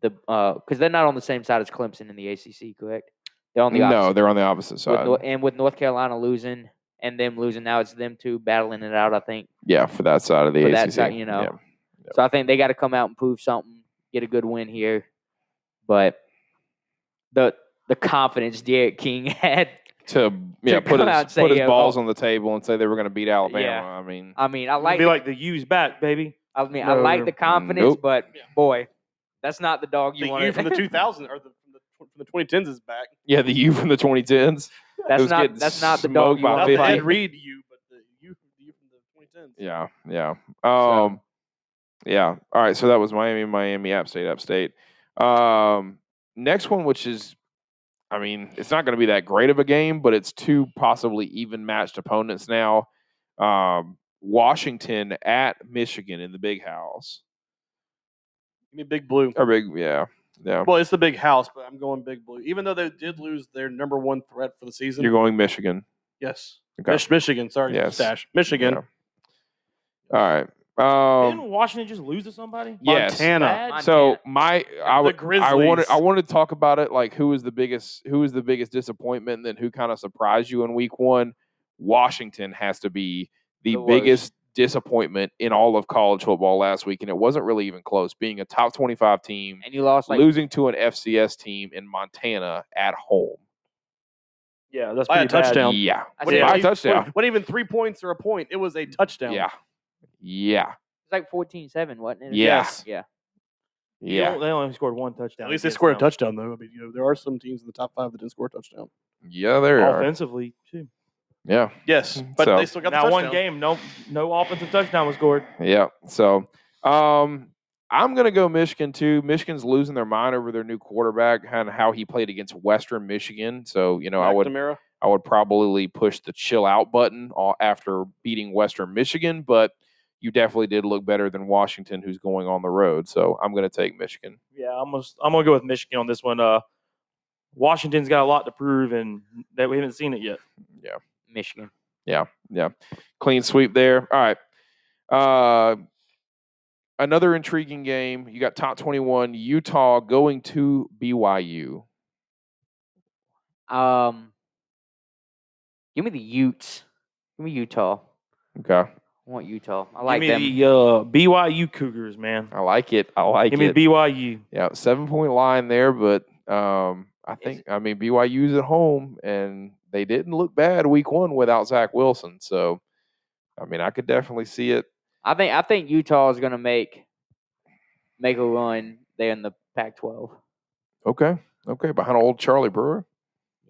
the, because they're not on the same side as Clemson in the ACC, correct? They're on the opposite
no, they're on the opposite
with
side.
Nor- and with North Carolina losing and them losing now, it's them two battling it out. I think
yeah, for that side of the
for
ACC.
that side, you know.
Yeah.
so. I think they got to come out and prove something, get a good win here. But the the confidence Derek King [laughs] had,
to
[laughs]
yeah, put
come out and
his,
say,
put his
yeah,
balls
oh.
on the table and say they were going to beat Alabama.
Yeah.
I mean,
I mean, I
It's gonna
like,
be
the-
like the U's back, baby.
I mean, I like
No.
the confidence,
Nope.
but
Yeah.
boy, that's not the dog you
the
want. [laughs]
U [laughs] from the 2000 or the, from the from the 2010s is back.
yeah, the U from the 2010s.
that's
was
not
getting
that's not the dog
smoked
you
by
want
Not
to
the
50.
fight.
Ed Reed U, but the U, the U from the 2010s.
Yeah, yeah. Um,
So-
Yeah. All right. So that was Miami, Miami, App State, App State. Um, next one, which is, I mean, it's not going to be that great of a game, but it's two possibly even matched opponents now. Um, Washington at Michigan in the big house.
Give me big blue.
Or big, yeah. Yeah.
Well, it's the big house, but I'm going big blue. Even though they did lose their number one threat for the season.
You're going Michigan.
yes.
Okay.
Mich- Michigan, sorry,
Yes.
stash. Michigan.
Yeah. All right. Um,
Didn't Washington just lose to somebody?
yes.
Montana.
Montana.
So my, I, would- I
The
wanted, I
Grizzlies.
wanted to talk about it. Like, who was the biggest, who was the biggest disappointment, and then who kind of surprised you in week one? Washington has to be the,
The worst.
biggest disappointment in all of college football last week, and it wasn't really even close. Being a top twenty-five team,
and you lost like
losing to an FCS team in Montana at home.
Yeah, that's
By a
pretty bad.
touchdown.
Yeah,
I
by
said-
a touchdown.
What even three points or a point? It was a touchdown.
Yeah, yeah,
It's like 14-7, wasn't it?
Yeah.
Yes.
Yeah.
They
yeah,
only- They only scored one touchdown.
At least they
against
scored a
them.
touchdown, though. I mean, you know, there are some teams in the top five that didn't score a touchdown.
yeah. There you are.
Offensively, too.
Yeah.
Yes, but
Mm-hmm. So-
they still got the
Not
touchdown.
one game. No, no offensive touchdown was scored.
Yeah. So um, I'm going to go Michigan too. Michigan's losing their mind over their new quarterback and how he played against Western Michigan. So you know, I would
McNamara.
I would probably push the chill out button all, after beating Western Michigan, but you definitely did look better than Washington, who's going on the road. So I'm going to take Michigan.
Yeah, I'm gonna, s- I'm gonna go with Michigan on this one. Uh, Washington's got a lot to prove, and that we haven't seen it yet.
Michigan.
Clean sweep there. All right. Uh, another intriguing game. You got top 21 Utah going to BYU.
Um, give me the Utes. Give me Utah.
Okay.
I want Utah. I like
Give
them.
me the uh, BYU Cougars, man.
I like it. I like
Give
it.
me BYU.
Yeah, seven point line there, but um, I
Is-
think I mean BYU's at home, and they didn't look bad week one without Zach Wilson. So, I mean, I could definitely see it.
I think I think Utah is going to make make a run there in the Pac-12.
Okay, okay, behind old Charlie Brewer.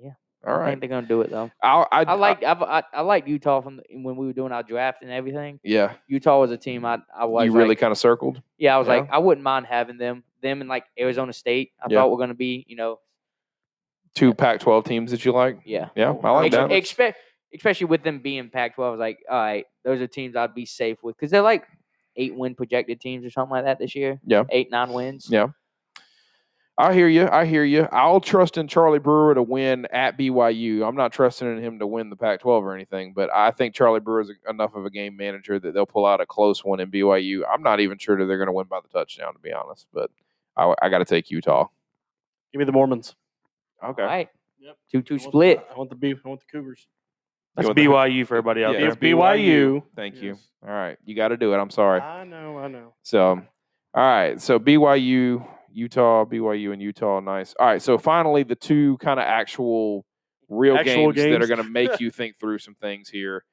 Yeah.
all
I think
right.
they're going to do it though.
I I,
I like I've, I I like Utah from the, when we were doing our draft and everything.
yeah,
Utah was a team I I was
you really
like-
kind of circled.
yeah I was
yeah.
like I wouldn't mind having them them and like Arizona State. I
Yeah.
thought were going to be you know
Two Pac-12 teams that you like.
yeah.
Yeah, I like
Ex-
that.
expe- especially with them being Pac-12, I was like, all right, those are teams I'd be safe with because they're like eight win projected teams or something like that this year.
Yeah.
eight nine wins.
Yeah. I hear you. I hear you. I'll trust in Charlie Brewer to win at BYU. I'm not trusting in him to win the Pac 12 or anything, but I think Charlie Brewer is enough of a game manager that they'll pull out a close one in BYU. I'm not even sure that they're going to win by the touchdown, to be honest, but I, got to take Utah.
Give me the Mormons.
Okay.
All right,
Yep.
two two
I want-
split.
I want the B. I want the Cougars.
That's
want the-
BYU for everybody out
Yeah.
there.
It's BYU.
Thank you.
Yes.
All right. You got to do it. I'm sorry.
I know. I know.
So, all right. So BYU, Utah, BYU, and Utah. Nice. All right. So finally, the two kind of actual, real
Actual
games, that are
games.
going to make you think through some things here.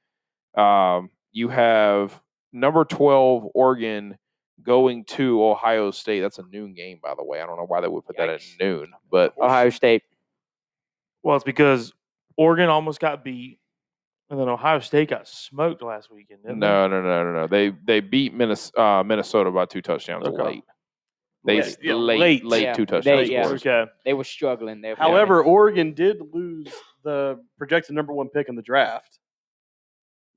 Um, you have number twelve Oregon going to Ohio State. That's a noon game, by the way. I don't know why they would put that at
Yikes.
noon, but
Ohio State.
Well, it's because Oregon almost got beat, and then Ohio State got smoked last weekend. didn't they?
no, no, no, no, no. They they beat Minnes- uh, Minnesota by two touchdowns
Okay.
late. They
Yeah,
s-
yeah,
late, late,
late.
Yeah,
two
they-
touchdowns.
yeah.
scores.
Okay.
They were struggling there. for a minute.
However, Oregon did lose the projected number one pick in the draft.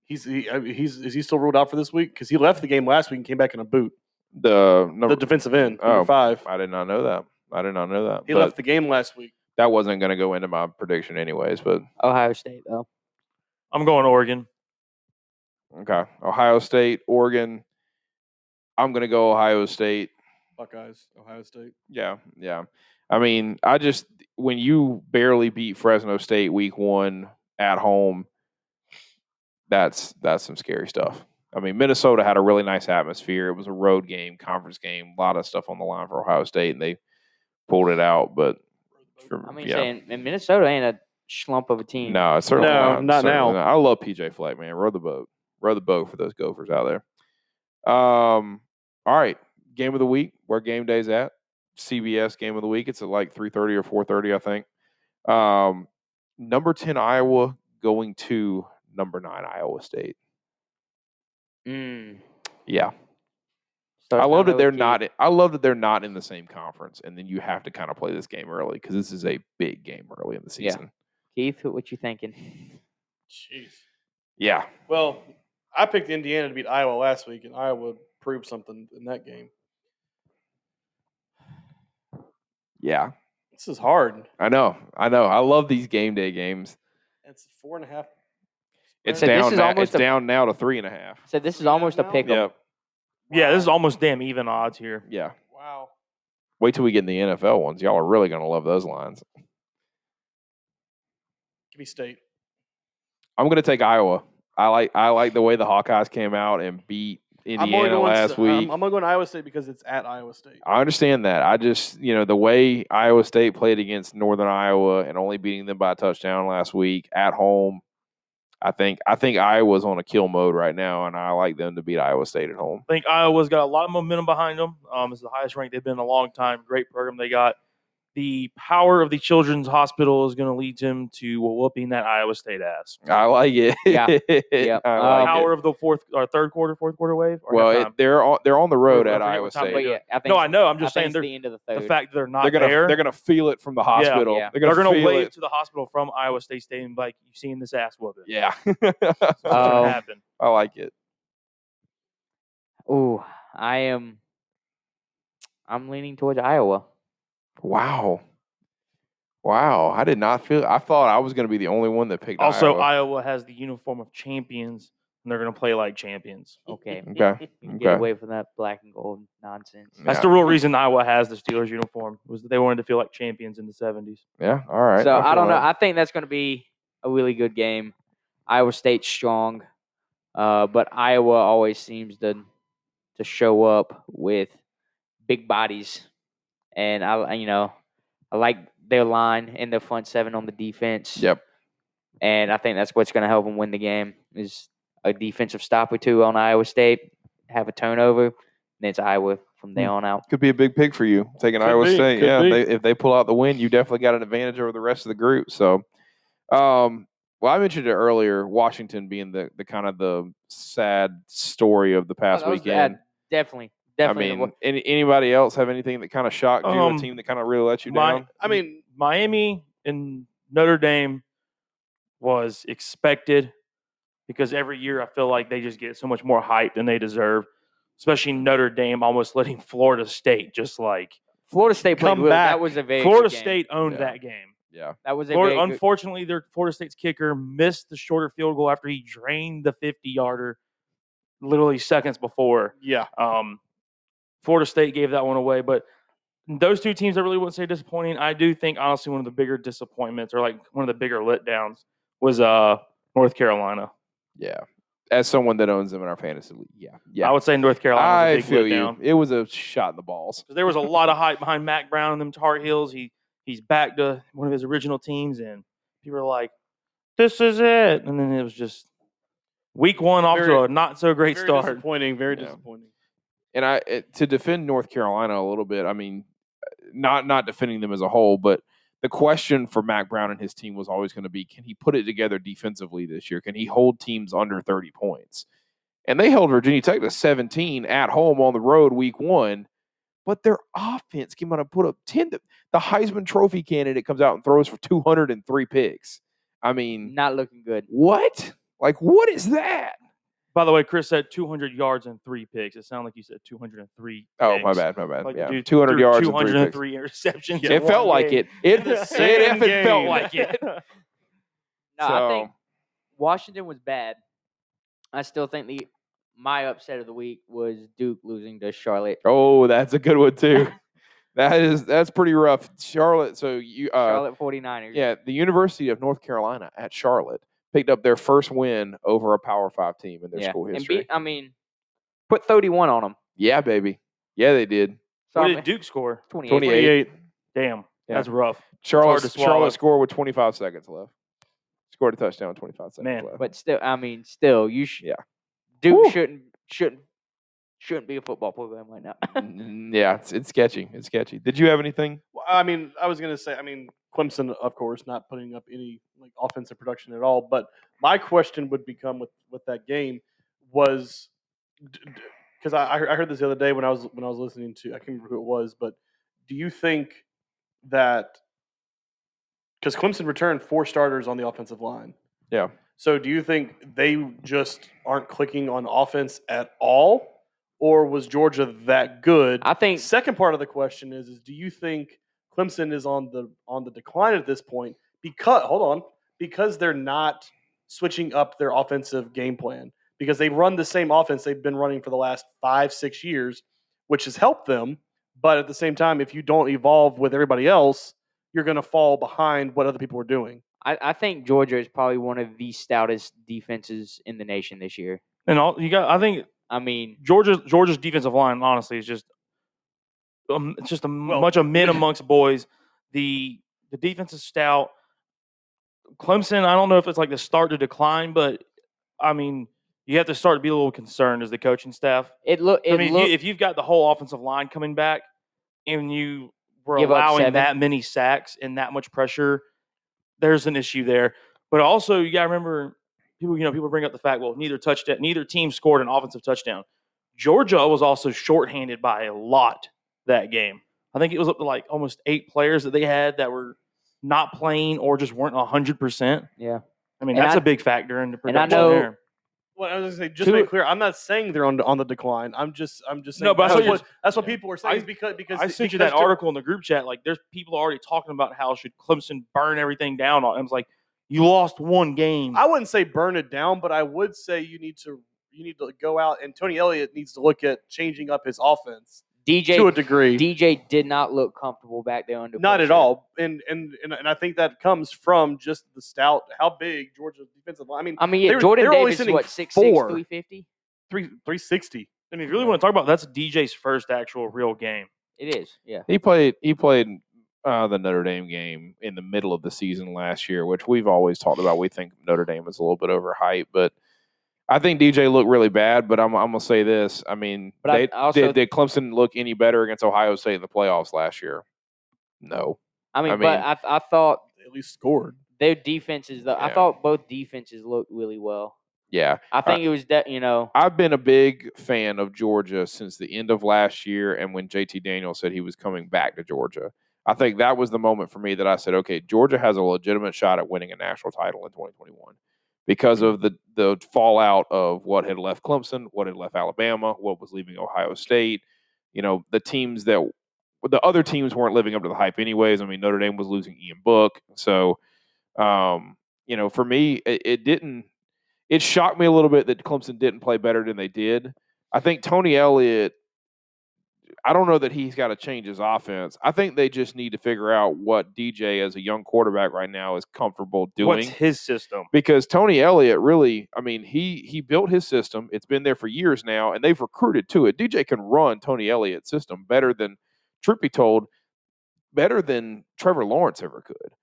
He's he, I mean, he's is he still ruled out for this week? Because he left the game last week and came back in a boot.
The number
the defensive end,
Oh.
number five.
I did not know that. I did not know that.
He
but
left the game last week.
that wasn't going to go into my prediction, anyways. But
Ohio State though.
I'm going Oregon.
okay, Ohio State, Oregon. I'm going to go Ohio State.
Buckeyes, Ohio State.
Yeah, yeah. I mean, I just when you barely beat Fresno State week one at home, that's that's some scary stuff. I mean, Minnesota had a really nice atmosphere. It was a road game, conference game, a lot of stuff on the line for Ohio State, and they pulled it out. But for-
I mean,
yeah.
saying and Minnesota ain't a slump of a team.
No, it's certainly
No,
not,
not
certainly
now.
I love PJ Fleck, man. Row the boat, row the boat for those Gophers out there. Um, all right, game of the week. Where game day's at? CBS game of the week. It's at like three thirty or four thirty, I think. Um, number ten Iowa going to number nine Iowa State.
Mm.
Yeah,
Starting
I love
out
that they're
0-2.
not. I love that they're not in the same conference, and then you have to kind of play this game early because this is a big game early in the
Yeah.
season.
Keith, wh- what you thinking?
Jeez.
Yeah,
Well, I picked Indiana to beat Iowa last week, and Iowa proved something in that game.
yeah.
This is hard.
I know. I know. I love these game day games.
It's four and a half.
It's
So this
down.
is
Now,
almost
it's
a-
down now to three and a half.
So this is almost a
now?
pick 'em.
Yeah,
Yeah, this is almost damn even odds here.
yeah.
Wow.
Wait till we get in the NFL ones. Y'all are really gonna love those lines.
Give me state.
I'm gonna take Iowa. I like. I like the way the Hawkeyes came out and beat Indiana last
I'm,
week.
I'm going to go to Iowa State because it's at Iowa
[laughs]
State.
I understand that. I just, you know, the way Iowa State played against Northern Iowa and only beating them by a touchdown last week at home, I think I think Iowa's on a kill mode right now, and I like them to beat Iowa State at home.
I think Iowa's got a lot of momentum behind them. Um, it's the highest rank they've been in a long time. Great program they got. The power of the Children's Hospital is going to lead them to whooping that Iowa State ass.
I like it.
Yeah.
[laughs]
Yep.
I
Um,
like it.
Power of the fourth or third quarter, fourth quarter wave. or um,
Well, it,
halftime?
they're on, they're on the road
I
at
forget
Iowa
what time
State.
they
But yeah, I think
no, I know. I'm
I
just
think
saying
it's
they're
the end of the
the
third.
fact that they're not
They're gonna
there.
they're gonna feel it from the hospital.
Yeah.
They're gonna
they're gonna
feel
wave
it.
to the hospital from Iowa State Stadium like you've seen this ass whooping.
Yeah, [laughs]
It's gonna
Oh.
happen.
I like it.
Ooh, I am. I'm leaning towards Iowa.
Wow, wow. I did not feel. I thought I was gonna be the only one that picked.
Also,
Iowa.
Iowa. has the uniform of champions, and they're gonna play like champions.
Okay,
okay.
get
Okay.
away from that black and gold nonsense.
That's
Yeah.
the real reason Iowa has the Steelers uniform was that they wanted to feel like champions in the '70s.
Yeah. All right.
So I,
feel
don't know.
that.
I think that's going to be a really good game. Iowa State's strong, uh, but Iowa always seems to to show up with big bodies, and I I- you know I like their line and their front seven on the defense.
Yep.
and I think that's what's going to help them win the game is a defensive stop or two on Iowa State, have a turnover, and it's Iowa from there on out.
Could be a big pick for you taking
Could
Iowa
be,
State.
could
Yeah,
be.
they, if they pull out the win, you definitely got an advantage over the rest of the group. So, um, well, I mentioned it earlier. Washington being the, the kind of the sad story of the past
Oh, That was- that
weekend.
definitely,
I
definitely. the
mean,
wa-
any, anybody else have anything that kind of shocked you?
Um,
a team that kind of really let you
my-
down?
I mean,
Miami and Notre Dame was expected because every year I feel like they just get so much more hype than they deserve. Especially Notre Dame almost [laughs] letting Florida State just like
Florida State played
come
really.
back.
That was a very
Florida
good game.
State owned
Yeah.
that game.
Yeah,
That was a
Florida,
very good-
unfortunately, their Florida State's kicker missed the shorter field goal after he drained the 50 yarder literally seconds before.
yeah.
Um, Florida State gave that one away, but those two teams, I really wouldn't say disappointing. I do think, honestly, one of the bigger disappointments or like one of the bigger letdowns was uh, North Carolina.
yeah. As someone that owns them in our fantasy league, yeah, yeah.
I would say North Carolina was a
I
big
feel you.
letdown.
It was a shot in the balls.
because there was a lot of hype behind Mac Brown and them Tar Heels. He he's back to one of his original teams, and people are like, "This is it." And then it was just week one off to
Very-
a not so great
very
start.
Disappointing. Very
Yeah.
disappointing.
and I it, to defend North Carolina a little bit. I mean, not not defending them as a whole, but the question for Mac Brown and his team was always going to be: Can he put it together defensively this year? Can he hold teams under thirty points? And they held Virginia Tech to seventeen at home on the road week one, but their offense came out and put up ten. The, the Heisman Trophy candidate comes out and throws for two hundred and three picks. I mean,
not looking good.
what? Like, what is that?
By the way, Chris said 200 yards and three picks. It sounded like you said 203.
Oh,
picks.
my bad, my bad.
Like
yeah,
dude
two hundred
threw
yards, and three picks.
203 interceptions. in
it
one
felt like
game.
it. It,
the
it
same
effing felt
game.
[laughs]
like it.
No,
so,
I think Washington was bad. I still think the my upset of the week was Duke losing to Charlotte.
oh, that's a good
[laughs]
one too. that is that's pretty rough. Charlotte. So you, uh,
Charlotte 49ers.
yeah, the University of North Carolina at Charlotte picked up their first win over a Power Five team in their
Yeah,
school
and
history.
beat. I mean, put 31 on them.
yeah, baby. Yeah, they did.
So
What
I
did
[laughs] mean,
Duke score?
28.
28.
Damn, that's rough.
Charlotte.
to swallow.
Charlotte scored with 25 seconds left. Scored a touchdown. 25 seconds
Man.
left.
But still, I mean, still, you should.
Yeah.
Duke
Woo.
shouldn't shouldn't shouldn't be a football program right now.
N- yeah, it's, it's sketchy. It's sketchy. Did you have anything?
Well, I mean, I was going to say, I mean, Clemson, of course, not putting up any like offensive production at all. But my question would become with with that game was, d- d- because I, I heard- I heard this the other day when I was when I was listening to I can't remember who it was, but do you think that because Clemson returned four starters on the offensive line?
Yeah.
So do you think they just aren't clicking on offense at all, or was Georgia that good?
[laughs] I think
Second part of the question is: is do you think Clemson is on the on the decline at this point? Because hold on, because they're not switching up their offensive game plan because they run the same offense they've been running for the last five six years, which has helped them. But at the same time, if you don't evolve with everybody else, you're going to fall behind what other people are doing.
I, I think Georgia is probably one of the stoutest defenses in the nation this year.
And all you got, I think
I mean,
Georgia's Georgia's defensive line, honestly, is just um, it's just a m-
Well-
much of men amongst boys. The the defense is stout. Clemson, I don't know if it's like the start to decline, but I mean, you have to start to be a little concerned as the coaching staff.
it look it
I mean,
look-
if, you, if you've got the whole offensive line coming back and you were
Give up
allowing
seven.
that many sacks and that much pressure, there's an issue there. But also, you got to remember people. You know, people bring up the fact, well, neither touchdown, neither team scored an offensive touchdown. Georgia was also shorthanded by a lot that game. I think it was up to like almost eight players that they had that were not playing or just weren't hundred percent.
Yeah.
I mean
And
that's
I-
a big factor in the
and I
production
know-
there.
Well, I was going to say, just to
Two-
make clear, I'm not saying they're on the, on the decline. I'm just, I'm just saying.
No, but I
that's,
thought you
what, that's what
yeah.
people were saying.
I-
is because because
I
the-
sent you
because
that
to-
article in the group chat. Like, there's people already talking about how should Clemson burn everything down. on I was like, you lost one game.
I wouldn't say burn it down, but I would say you need to you need to go out and Tony Elliott needs to look at changing up his offense to a
DJ
degree.
DJ did not look comfortable back there under
Not at
pressure.
all. And, and and and I think that comes from just the stout how big Georgia's defensive line. I mean
I mean,
They
yeah,
were-
Jordan
they were only
Davis is
sitting
what six
four.
six three fifty.
three three sixty.
I mean, if you really want to talk about that's DJ's first actual real game.
It is, yeah.
He played. He played uh, the Notre Dame game in the middle of the season last year, which we've always talked about. We think Notre Dame is a little bit overhyped, but I think DJ looked really bad. But I'm, I'm gonna say this. I mean,
But I
they-
also-
did, did Clemson look any better against Ohio State in the playoffs last year? No.
I mean,
I
but
mean-
I I thought
At least scored.
their defenses. Though, I
Yeah.
thought both defenses looked really well.
Yeah,
I think it was that you know
I've been a big fan of Georgia since the end of last year, and when JT Daniels said he was coming back to Georgia. I think that was the moment for me that I said, okay, Georgia has a legitimate shot at winning a national title in 2021 because of the the fallout of what had left Clemson, what had left Alabama, what was leaving Ohio State. You know, the teams that the other teams weren't living up to the hype anyways. I mean, Notre Dame was losing Ian Book. So, um, you know, for me, it, it didn't it shocked me a little bit that Clemson didn't play better than they did. I think Tony Elliott, I don't know that he's got to change his offense. I think they just need to figure out what DJ, as a young quarterback right now, is comfortable doing
What's his system?
because Tony Elliott really, I mean, he he built his system. It's been there for years now, and they've recruited to it. DJ can run Tony Elliott's system better than, truth be told, better than Trevor Lawrence ever could,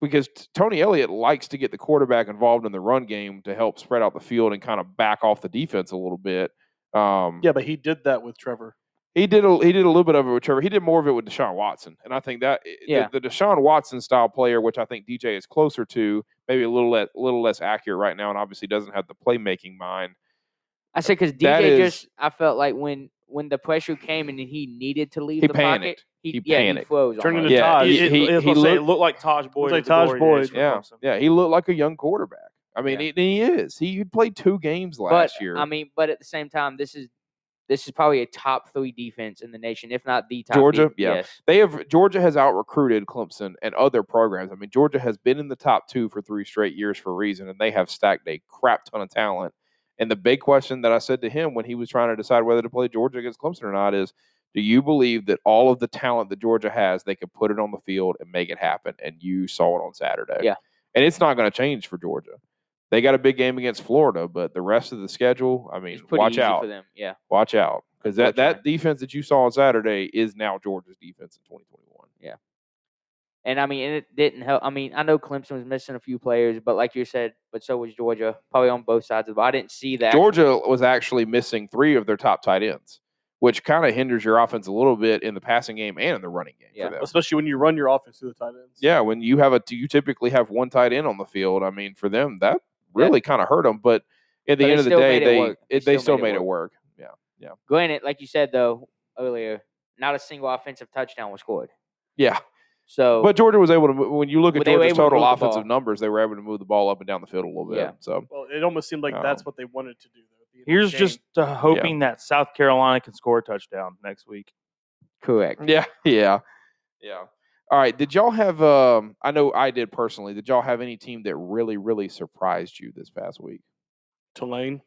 because t- Tony Elliott likes to get the quarterback involved in the run game to help spread out the field and kind of back off the defense a little bit. Um,
Yeah, but he did that with Trevor.
he did a he did a little bit of it with Trevor. He did more of it with Deshaun Watson, and I think that i-
Yeah.
the, the Deshaun Watson style player, which I think DJ is closer to, maybe a little less, little less accurate right now, and obviously doesn't have the playmaking mind.
I said because DJ
That is-
just I felt like when when the pressure came and he needed to leave
He
the pocket,
panicked. He
yeah,
panicked.
he froze.
Turned
almost.
into Yeah. Taj.
It, it,
Uh, he-
it was
he
gonna say, it
looked-
looked like Taj Boyd.
like
of the glory
Taj Boyd.
days for
Yeah,
Clemson.
yeah, he looked like a young quarterback. I mean, and he is. He played two games
But
last year.
I mean, but at the same time, this is this is probably a top three defense in the nation, if not the top.
Georgia?
de-
Yeah.
Yes.
they have Georgia has out recruited Clemson and other programs. I mean, Georgia has been in the top two for three straight years for a reason, and they have stacked a crap ton of talent. And the big question that I said to him when he was trying to decide whether to play Georgia against Clemson or not is, do you believe that all of the talent that Georgia has, they can put it on the field and make it happen? And you saw it on Saturday.
Yeah.
And it's not going to change for Georgia. They got a big game against Florida, but the rest of the schedule, I mean,
It's pretty
watch
easy
out
for them. Yeah.
watch out because that,
Watch out.
that defense that you saw on Saturday is now Georgia's defense in 2021.
And I mean, and it didn't help. I mean, I know Clemson was missing a few players, but like you said, but so was Georgia, probably on both sides of it. I didn't see that.
Georgia was actually missing three of their top tight ends, which kind of hinders your offense a little bit in the passing game and in the running game
Yeah.
for them.
Especially when you run your offense through the tight ends.
Yeah, when you have a you typically have one tight end on the field. I mean, for them that really kind of hurt them, but at the
But they
end of the
still
day,
made it
they
work.
it, they still made it work. Yeah, Yeah.
Granted, like you said though earlier, not a single offensive touchdown was scored.
Yeah,
So
but Georgia was able to. mo- When you look at
Well, they were
Georgia's
able to
total
move the
offensive
ball.
numbers, they were able to move the ball up and down the field a little bit.
Yeah.
So
Well, it almost seemed like that's
No.
what they wanted to do. Though, at the end of the
Here's
game.
just uh, hoping that South Carolina can score a touchdown next week.
correct.
yeah, [laughs] yeah, yeah. All right. Did y'all have? Um, I know I did personally. Did y'all have any team that really, really surprised you this past week?
Tulane.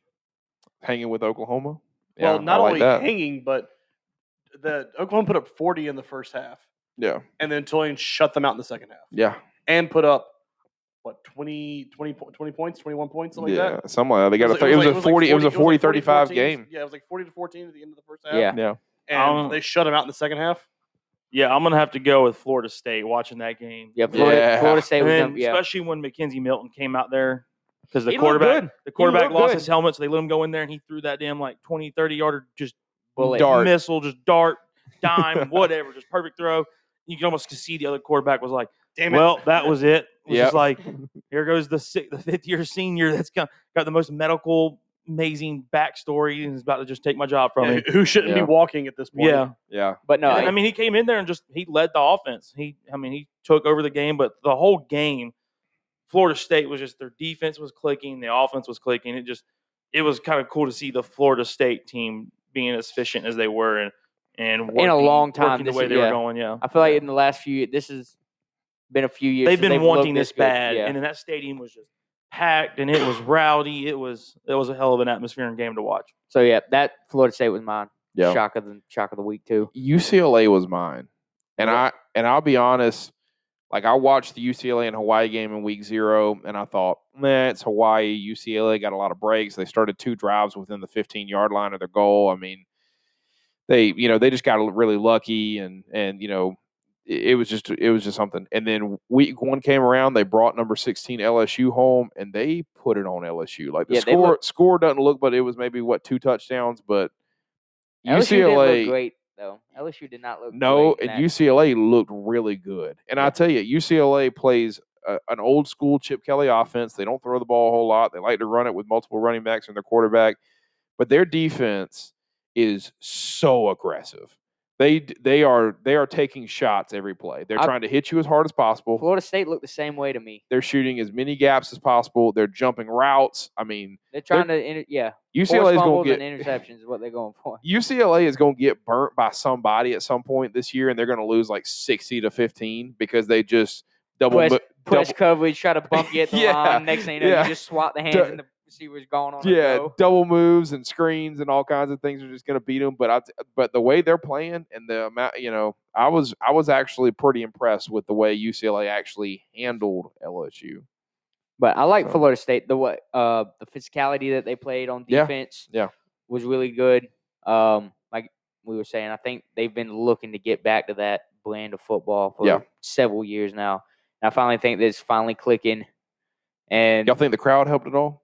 Hanging with Oklahoma.
Well,
I
not
like
only
that.
hanging, but the Oklahoma put up 40 in the first half,
yeah,
and then Tulane shut them out in the second half
yeah,
and put up what 20, 20, po- 20 points, 21 points, something
yeah.
like that.
Something like that. They got a.
like-
Th- it was,
like-
a forty. It was a
like
40, 35
14
game.
Yeah, it was like 40 to 14 at the end of the first half.
Yeah.
Yeah.
And
Um,
they shut them out in the second half.
Yeah, I'm gonna have to go with Florida State watching that game.
Yeah, Florida,
Yeah.
Florida State
And
was
then
done, yeah.
especially when Mackenzie Milton came out there because the
He looked
quarterback
good.
the quarterback
looked
lost
good.
his helmet, so they let him go in there and he threw that damn like 20, 30 yarder just
Bullet.
Dart.
missile, just
[laughs]
dart, dime, whatever, just perfect throw. You can almost see the other quarterback was like,
Damn it.
"Well, that was it." Which
Yep.
is
[laughs]
like, here goes the si the fifth year senior that's got, got the most medical, amazing backstory and is about to just take my job
[laughs]
from
Yeah,
me.
who shouldn't
Yeah.
be walking at this point?
Yeah,
Yeah.
But no,
and
I,
I mean, he came in there and just he led the offense. He, I mean, he took over the game, but the whole game, Florida State was just their defense was clicking, the offense was clicking. It just, it was kind of cool to see the Florida State team being as efficient as they were and and working,
long time
working the
this
way
is-
they
yeah.
were going. Yeah,
I feel like in the last few this has been a few years.
they've
since
been wanting
looked
this
good.
bad,
Yeah.
and then that stadium was just packed and it was rowdy. It was it was a hell of an atmosphere and game to watch.
so yeah, that Florida State was mine.
Yeah.
Shock of the shock of the week too.
UCLA was mine, and I and I'll be honest. Like I watched the UCLA and Hawaii game in week zero, and I thought, man, it's Hawaii. UCLA got a lot of breaks. They started two drives within the 15 yard line of their goal. I mean, they you know they just got really lucky, and and you know it, it was just it was just something. And then week one came around, they brought number 16 LSU home, and they put it on LSU. Like the
Yeah, they
score
looked-
score doesn't look, but it was maybe what two touchdowns, but.
LSU didn't
UCLA
look great though. LSU did not look
no,
great in that.
and UCLA looked really good. And I
Yeah.
tell you, UCLA plays a, an old school Chip Kelly offense. They don't throw the ball a whole lot. They like to run it with multiple running backs and their quarterback. But their defense is so aggressive. They d- they are they are taking shots every play. They're
I-
trying to hit you as hard as possible.
Florida State looked the same way to me.
They're shooting as many gaps as possible. They're jumping routes. I mean,
They're trying to inter- yeah.
UCLA is going
fumbles
to get
and interceptions is what they're going for.
UCLA is going to get burnt by somebody at some point this year, and they're going to lose like sixty to fifteen because they just [laughs] double.
Press,
mo-
press
double-
coverage, try to bump you at the
[laughs] Yeah,
line. Next thing you know,
yeah.
you just swat the hands
Duh.
and the receiver's gone on. a
yeah,
throw.
double moves and screens and all kinds of things are just going to beat them. But I, t- but the way they're playing and the amount, you know, I was I was actually pretty impressed with the way UCLA actually handled LSU.
But I like
So-
Florida State. The what uh the physicality that they played on
Yeah,
defense
yeah.
was really good. Um like we were saying, I think they've been looking to get back to that blend of football for
Yeah.
several years now. And I finally think that it's finally clicking. And
Y'all think the crowd helped at all?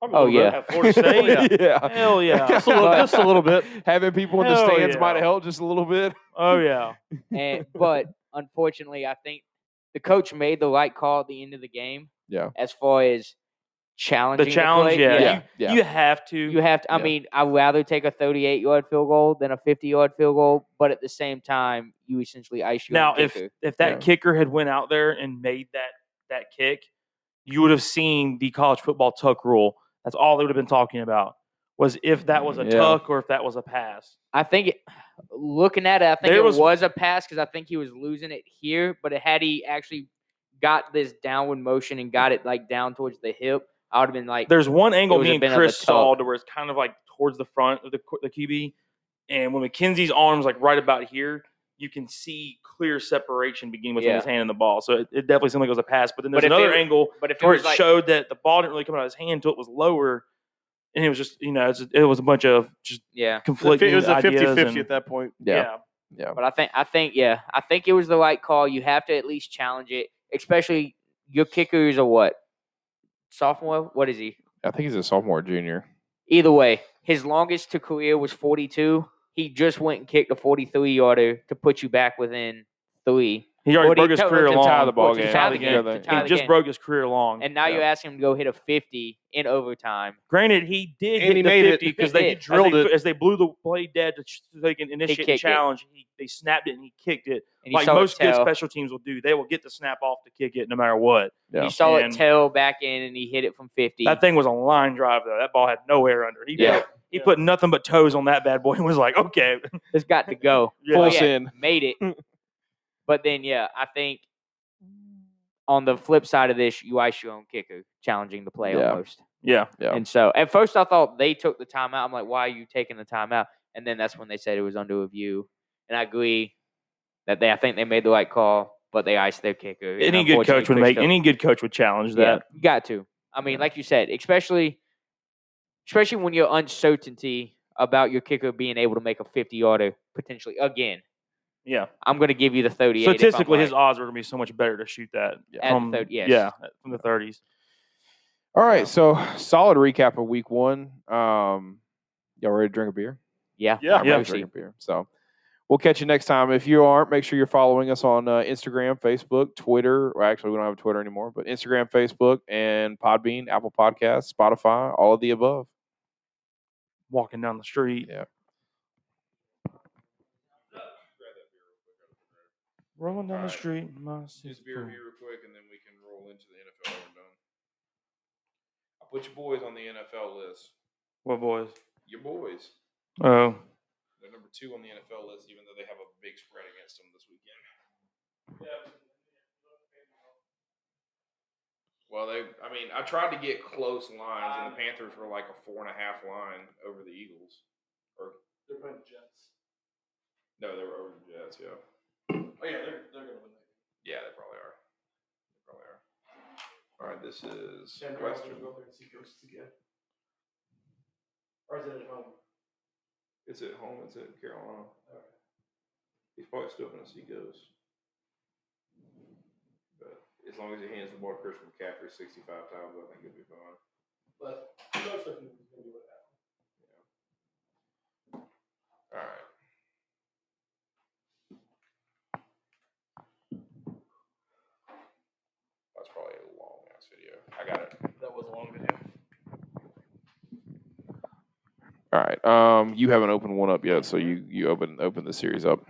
Probably a
Oh,
little bit
yeah.
at
[laughs]
Florida
[laughs]
State.
Oh, yeah.
yeah.
Hell
[laughs]
yeah!
Just a little,
But-
just a little bit.
Having people in the
Hell
stands might
yeah.
have helped just a little bit.
Mm.
Oh yeah!
and but unfortunately I think the coach made the right call at the end of the game
Yeah.
as far as challenging the
challenge,
play.
yeah.
Yeah, yeah.
You have to.
You have to. I
Yeah.
mean, I'd rather take a 38 yard field goal than a 50 yard field goal, but at the same time, you essentially ice your
now
own
if
kicker.
if that
Yeah.
kicker had went out there and made that that kick you would have seen the college football tuck rule that's all they would have been talking about was if that was a
Mm,
Yeah.
tuck or if that was a pass
I think it, looking at it, I think
There
it
was-
was, a pass because I think he was losing it here, but had he actually got this downward motion and got it like down towards the hip, I would have been like,
there's one angle
It would've
me and
been at the
chris saw
tuck.
to where it's kind of like towards the front of the, qu- the qb and when mckenzie's arms like right about here you can see clear separation beginning between
Yeah.
his hand and the ball so it, it definitely seemed like it was a pass but then
But
there's
if
another
it-
angle
but if it
where
was
it
like,
showed that the ball didn't really come out of his hand until it was lower and it was just you know it's, it was a bunch of just
yeah.
conflicting
It was a 50
ideas
50
and-
at that point.
yeah.
But I think I think yeah, I think it was the right call. You have to at least challenge it, especially your kicker is a what sophomore. What is he?
I think he's a sophomore, junior.
Either way, his longest to career was 42. He just went and kicked a 43 yarder to put you back within three.
He already
What do you
broke his
tell-
career
to
long.
tie the ball
to
game.
tie the
game,
together.
to tie
He
the
just
game.
broke his career long.
And now
Yeah.
you ask him to go hit a 50 in overtime.
Granted, he did
And
hit
he
the
made it.
50 because
He
they
did.
Drilled
as they,
it.
as they blew the play dead to ch- so they can initiate the
kicked it.
challenge. He, they snapped it and he kicked it.
And you
like
saw
most
it
good
tell.
special teams will do, they will get the snap off to kick it no matter what.
Yeah.
You saw
And-
it tell back in, and he hit it from 50.
That thing was a line drive though. That ball had no air under. it. He
Yeah.
put, he
Yeah.
put nothing but toes on that bad boy and was like, okay, [laughs]
it's got to go.
Yeah.
Full
yeah,
send.
Made
Mm.
it. but then, yeah, I think on the flip side of this, you ice your own kicker, challenging the play
Yeah.
almost.
yeah,
Yeah.
And so at first I thought they took the timeout. I'm like, why are you taking the timeout? And then that's when they said it was under review. And I agree that they I think they made the right call, but they iced their kicker. and
any good
unfortunately
coach would
pushed
make
them.
any good coach would challenge
Yeah,
that.
you got to. I mean, like you said, especially especially when you're uncertainty about your kicker being able to make a 50 yarder potentially again.
Yeah,
I'm going to give you the 38. if I'm
statistically, his
right.
odds are going to be so much better to shoot that
At the
from
third- yes.
yeah from the thirties.
All right. So solid recap of week one. Um, y'all ready to drink a beer?
yeah,
Yeah.
I'm
Yeah.
ready to drink a beer. So we'll catch you next time. If you aren't, make sure you're following us on uh, Instagram, Facebook, Twitter. Well, actually, we don't have Twitter anymore, but Instagram, Facebook, and Podbean, Apple Podcasts, Spotify, all of the above.
Walking down the street,
Yeah.
rolling down
All
the
right.
street. My sister.
real quick, and then we can roll into the NFL. We're done. I put your boys on the NFL list.
What boys?
Your boys.
Oh,
They're number two on the NFL list, even though they have a big spread against them this weekend. Well, they. I mean, I tried to get close lines, and
Um,
the Panthers were like a four and a half line over the Eagles. Or
They're playing the Jets.
no, they were over the Jets. Yeah.
Oh yeah, they're, they're gonna win.
Yeah, they probably are. They probably are. All right, this is
Denver has to
Western.
go up there and see ghosts again. Or is it at home?
It's at home. It's at Carolina. He's probably still going to see ghosts. But as long as he hands the ball to Christian McCaffrey 65 times, I think he'll be fine.
But the coach doesn't think he's gonna do it.
All right. That's probably a long ass video. I got it.
That was a long video.
All right. Um, you haven't opened one up yet, so you you open open the series up.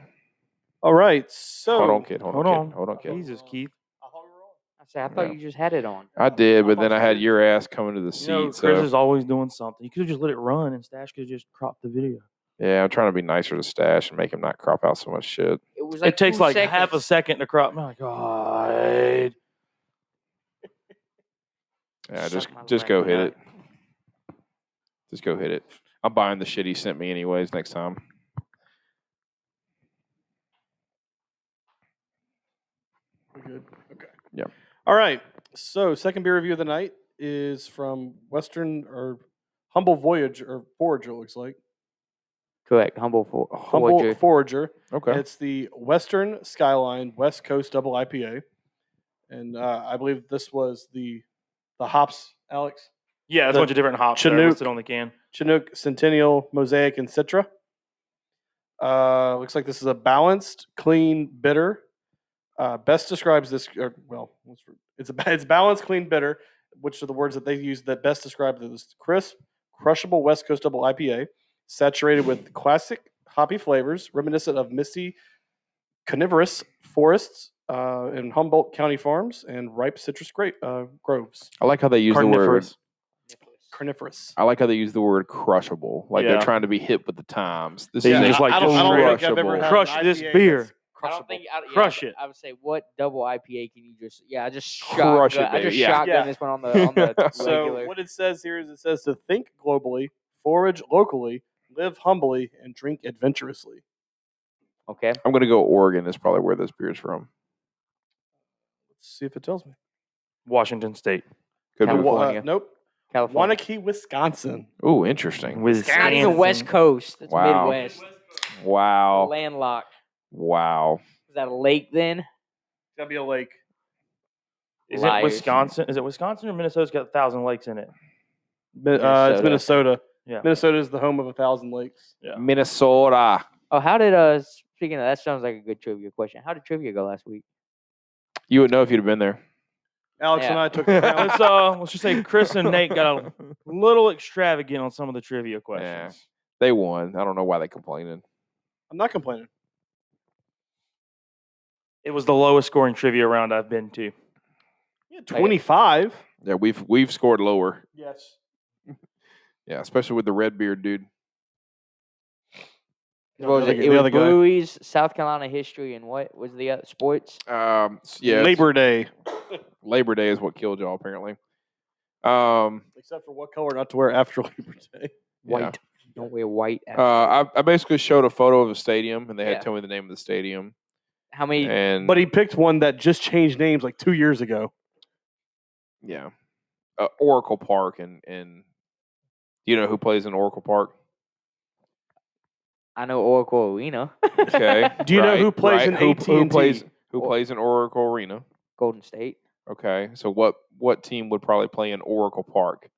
All right, so
Hold on, kid. Hold,
hold
on,
on.
kid. Hold on, kid.
Jesus, Keith.
I thought we were on.
I said I thought
Yeah.
you just had it on.
I did, but then I had
Upstairs.
your ass coming to the seat.
You know, Chris
so
is always doing something. You could have just let it run, and Stash could have just cropped the video.
yeah, I'm trying to be nicer to Stash and make him not crop out so much shit.
It was like
it takes
two
like half a
seconds.
second to crop. My God.
Yeah,
Suck
just
my
just go
life
hit
nut.
it. Just go hit it. I'm buying the shit he sent me anyways next time.
We're good. Okay.
Yeah.
All right. So second beer review of the night is from Western or Humble Voyage or Forager. It looks like
Correct. Humble for
Humble
Forger.
Forager.
Okay.
It's the Western Skyline West Coast Double IPA, and uh, I believe this was the the hops. Alex
Yeah, that's a
The
bunch of different hops. that are
Chinook.
listed on the can.
Chinook Centennial Mosaic and Citra. Uh, looks like this is a balanced, clean, bitter. Uh, best describes this. Or, well, let's re- it's a [laughs] ba- it's balanced, clean, bitter, which are the words that they use that best describe this crisp, crushable West Coast Double IPA, saturated with classic hoppy flavors, reminiscent of misty coniferous forests uh, in Humboldt County farms and ripe citrus grape uh, groves.
I like how they use the word.
Carnivorous.
Coniferous.
I like how they use the word crushable. Like they're
Yeah.
trying to be hip with the times. This
They
is
can
a
just, like,
I don't, I don't think I've ever
crushable-
had an
Crush this
IPA
beer.
I
that's
don't
crushable.
think I, yeah,
Crush
I-
it.
I would say what double IPA can you just? Yeah, I just shotgun,
Crush it,
I just
baby. Yeah.
shotgun
Yeah.
this one on the on the regular.
So what it says here is it says to think globally, forage locally, live humbly, and drink adventurously.
okay.
I'm gonna go Oregon is probably where this beer is from.
Let's see if it tells me.
Washington State.
Could
Now,
be.
what-
Wa-
California.
uh, nope.
California.
Wanakee, Wisconsin.
Ooh, interesting.
With
It's not even West Coast. It's
Wow.
Midwest.
Wow.
Landlocked.
Wow.
Is that a lake then?
That'd be a lake.
Is
Liars.
it Wisconsin? Is it Wisconsin or Minnesota's got a thousand lakes in it?
Mi- Uh, it's
Minnesota.
Minnesota.
Yeah.
Minnesota is the home of a thousand lakes.
Yeah.
Minnesota.
Oh, how did uh? Speaking of that, sounds like a good trivia question. How did trivia go last week?
You would know if you'd have been there.
Alex
Yeah.
and I took the
[laughs]
crown.
Let's uh, let's just say Chris and Nate got a little extravagant on some of the trivia questions.
[laughs] They won. I don't know why they complaining.
I'm not complaining.
It was the lowest scoring trivia round I've been to.
Yeah, 25.
Yeah, we've we've scored lower.
Yes.
Yeah, especially with the red beard dude.
What was
the
it?
other-
It
the
was
other guy.
breweries, South Carolina history, and what was the other sports?
Um, s- yeah, it's-
Labor Day.
Labor Day is what killed y'all apparently. Um,
Except for what color not to wear after [laughs] Labor Day.
yeah.
White. Don't wear white.
Uh, I, I basically showed a photo of a stadium, and they had
Yeah.
to tell me the name of the stadium.
How many?
And
But he picked one that just changed names like two years ago.
yeah, uh, Oracle Park, and and you know who plays in Oracle Park?
I know Oracle Arena,
Okay.
[laughs] Do you know who plays in
Who, who
AT&T?
plays who
Or-
plays in Oracle Arena?
[laughs] Golden State,
Okay, so what what team would probably play in Oracle Park?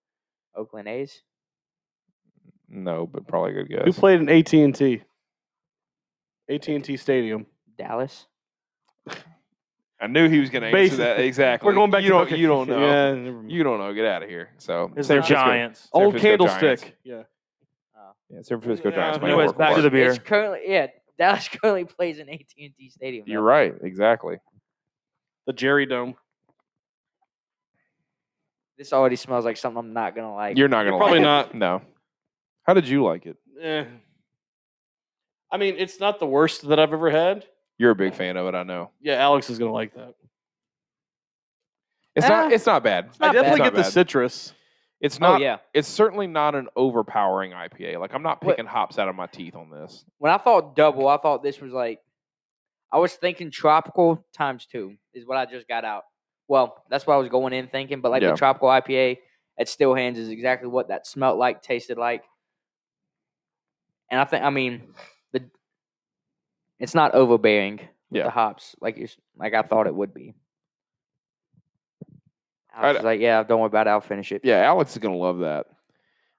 Oakland A's.
No, but probably a good guess.
Who played in AT and T? AT and T Stadium.
Dallas.
I knew he was going to answer that
Basically.
exactly.
We're going back.
You
to
don't.
okay,
You don't know.
[laughs] Yeah, never mind.
You don't know. Get out of here. So
Is
San
the
Francisco-
Giants?
San
old
Francisco Giants.
candlestick. Yeah.
Yeah, San Francisco
Yeah,
Giants.
I
play in
know,
Anyways,
Oracle
back to
Park.
the beer.
It's currently yeah. Dallas [laughs] currently plays in AT and T Stadium.
You're
though.
right. Exactly.
The Jerry Dome.
This already smells like something I'm not gonna like.
You're not
You're
going to
probably
like it.
not.
No. How did you like it?
Eh. I mean, it's not the worst that I've ever had.
You're a big fan of it. I know.
Yeah, Alex is gonna like that.
It's not.
Ah.
It's not bad.
It's not
I definitely
bad.
get the
It's not bad.
citrus.
It's
oh
not.
yeah.
It's certainly not an overpowering IPA. Like I'm not
What-
picking hops out of my teeth on this.
When I thought double, I thought this was like. I was thinking tropical times two is what I just got out. Well, that's what I was going in thinking, but like
Yeah.
the tropical IPA at Still Hands is exactly what that smelt like, tasted like, and I think I mean the. It's not overbearing with
Yeah.
the hops like you s- like I thought it would be. I
I'd-
was just like, yeah, don't worry about it. I'll finish it.
Yeah, Alex is gonna love that.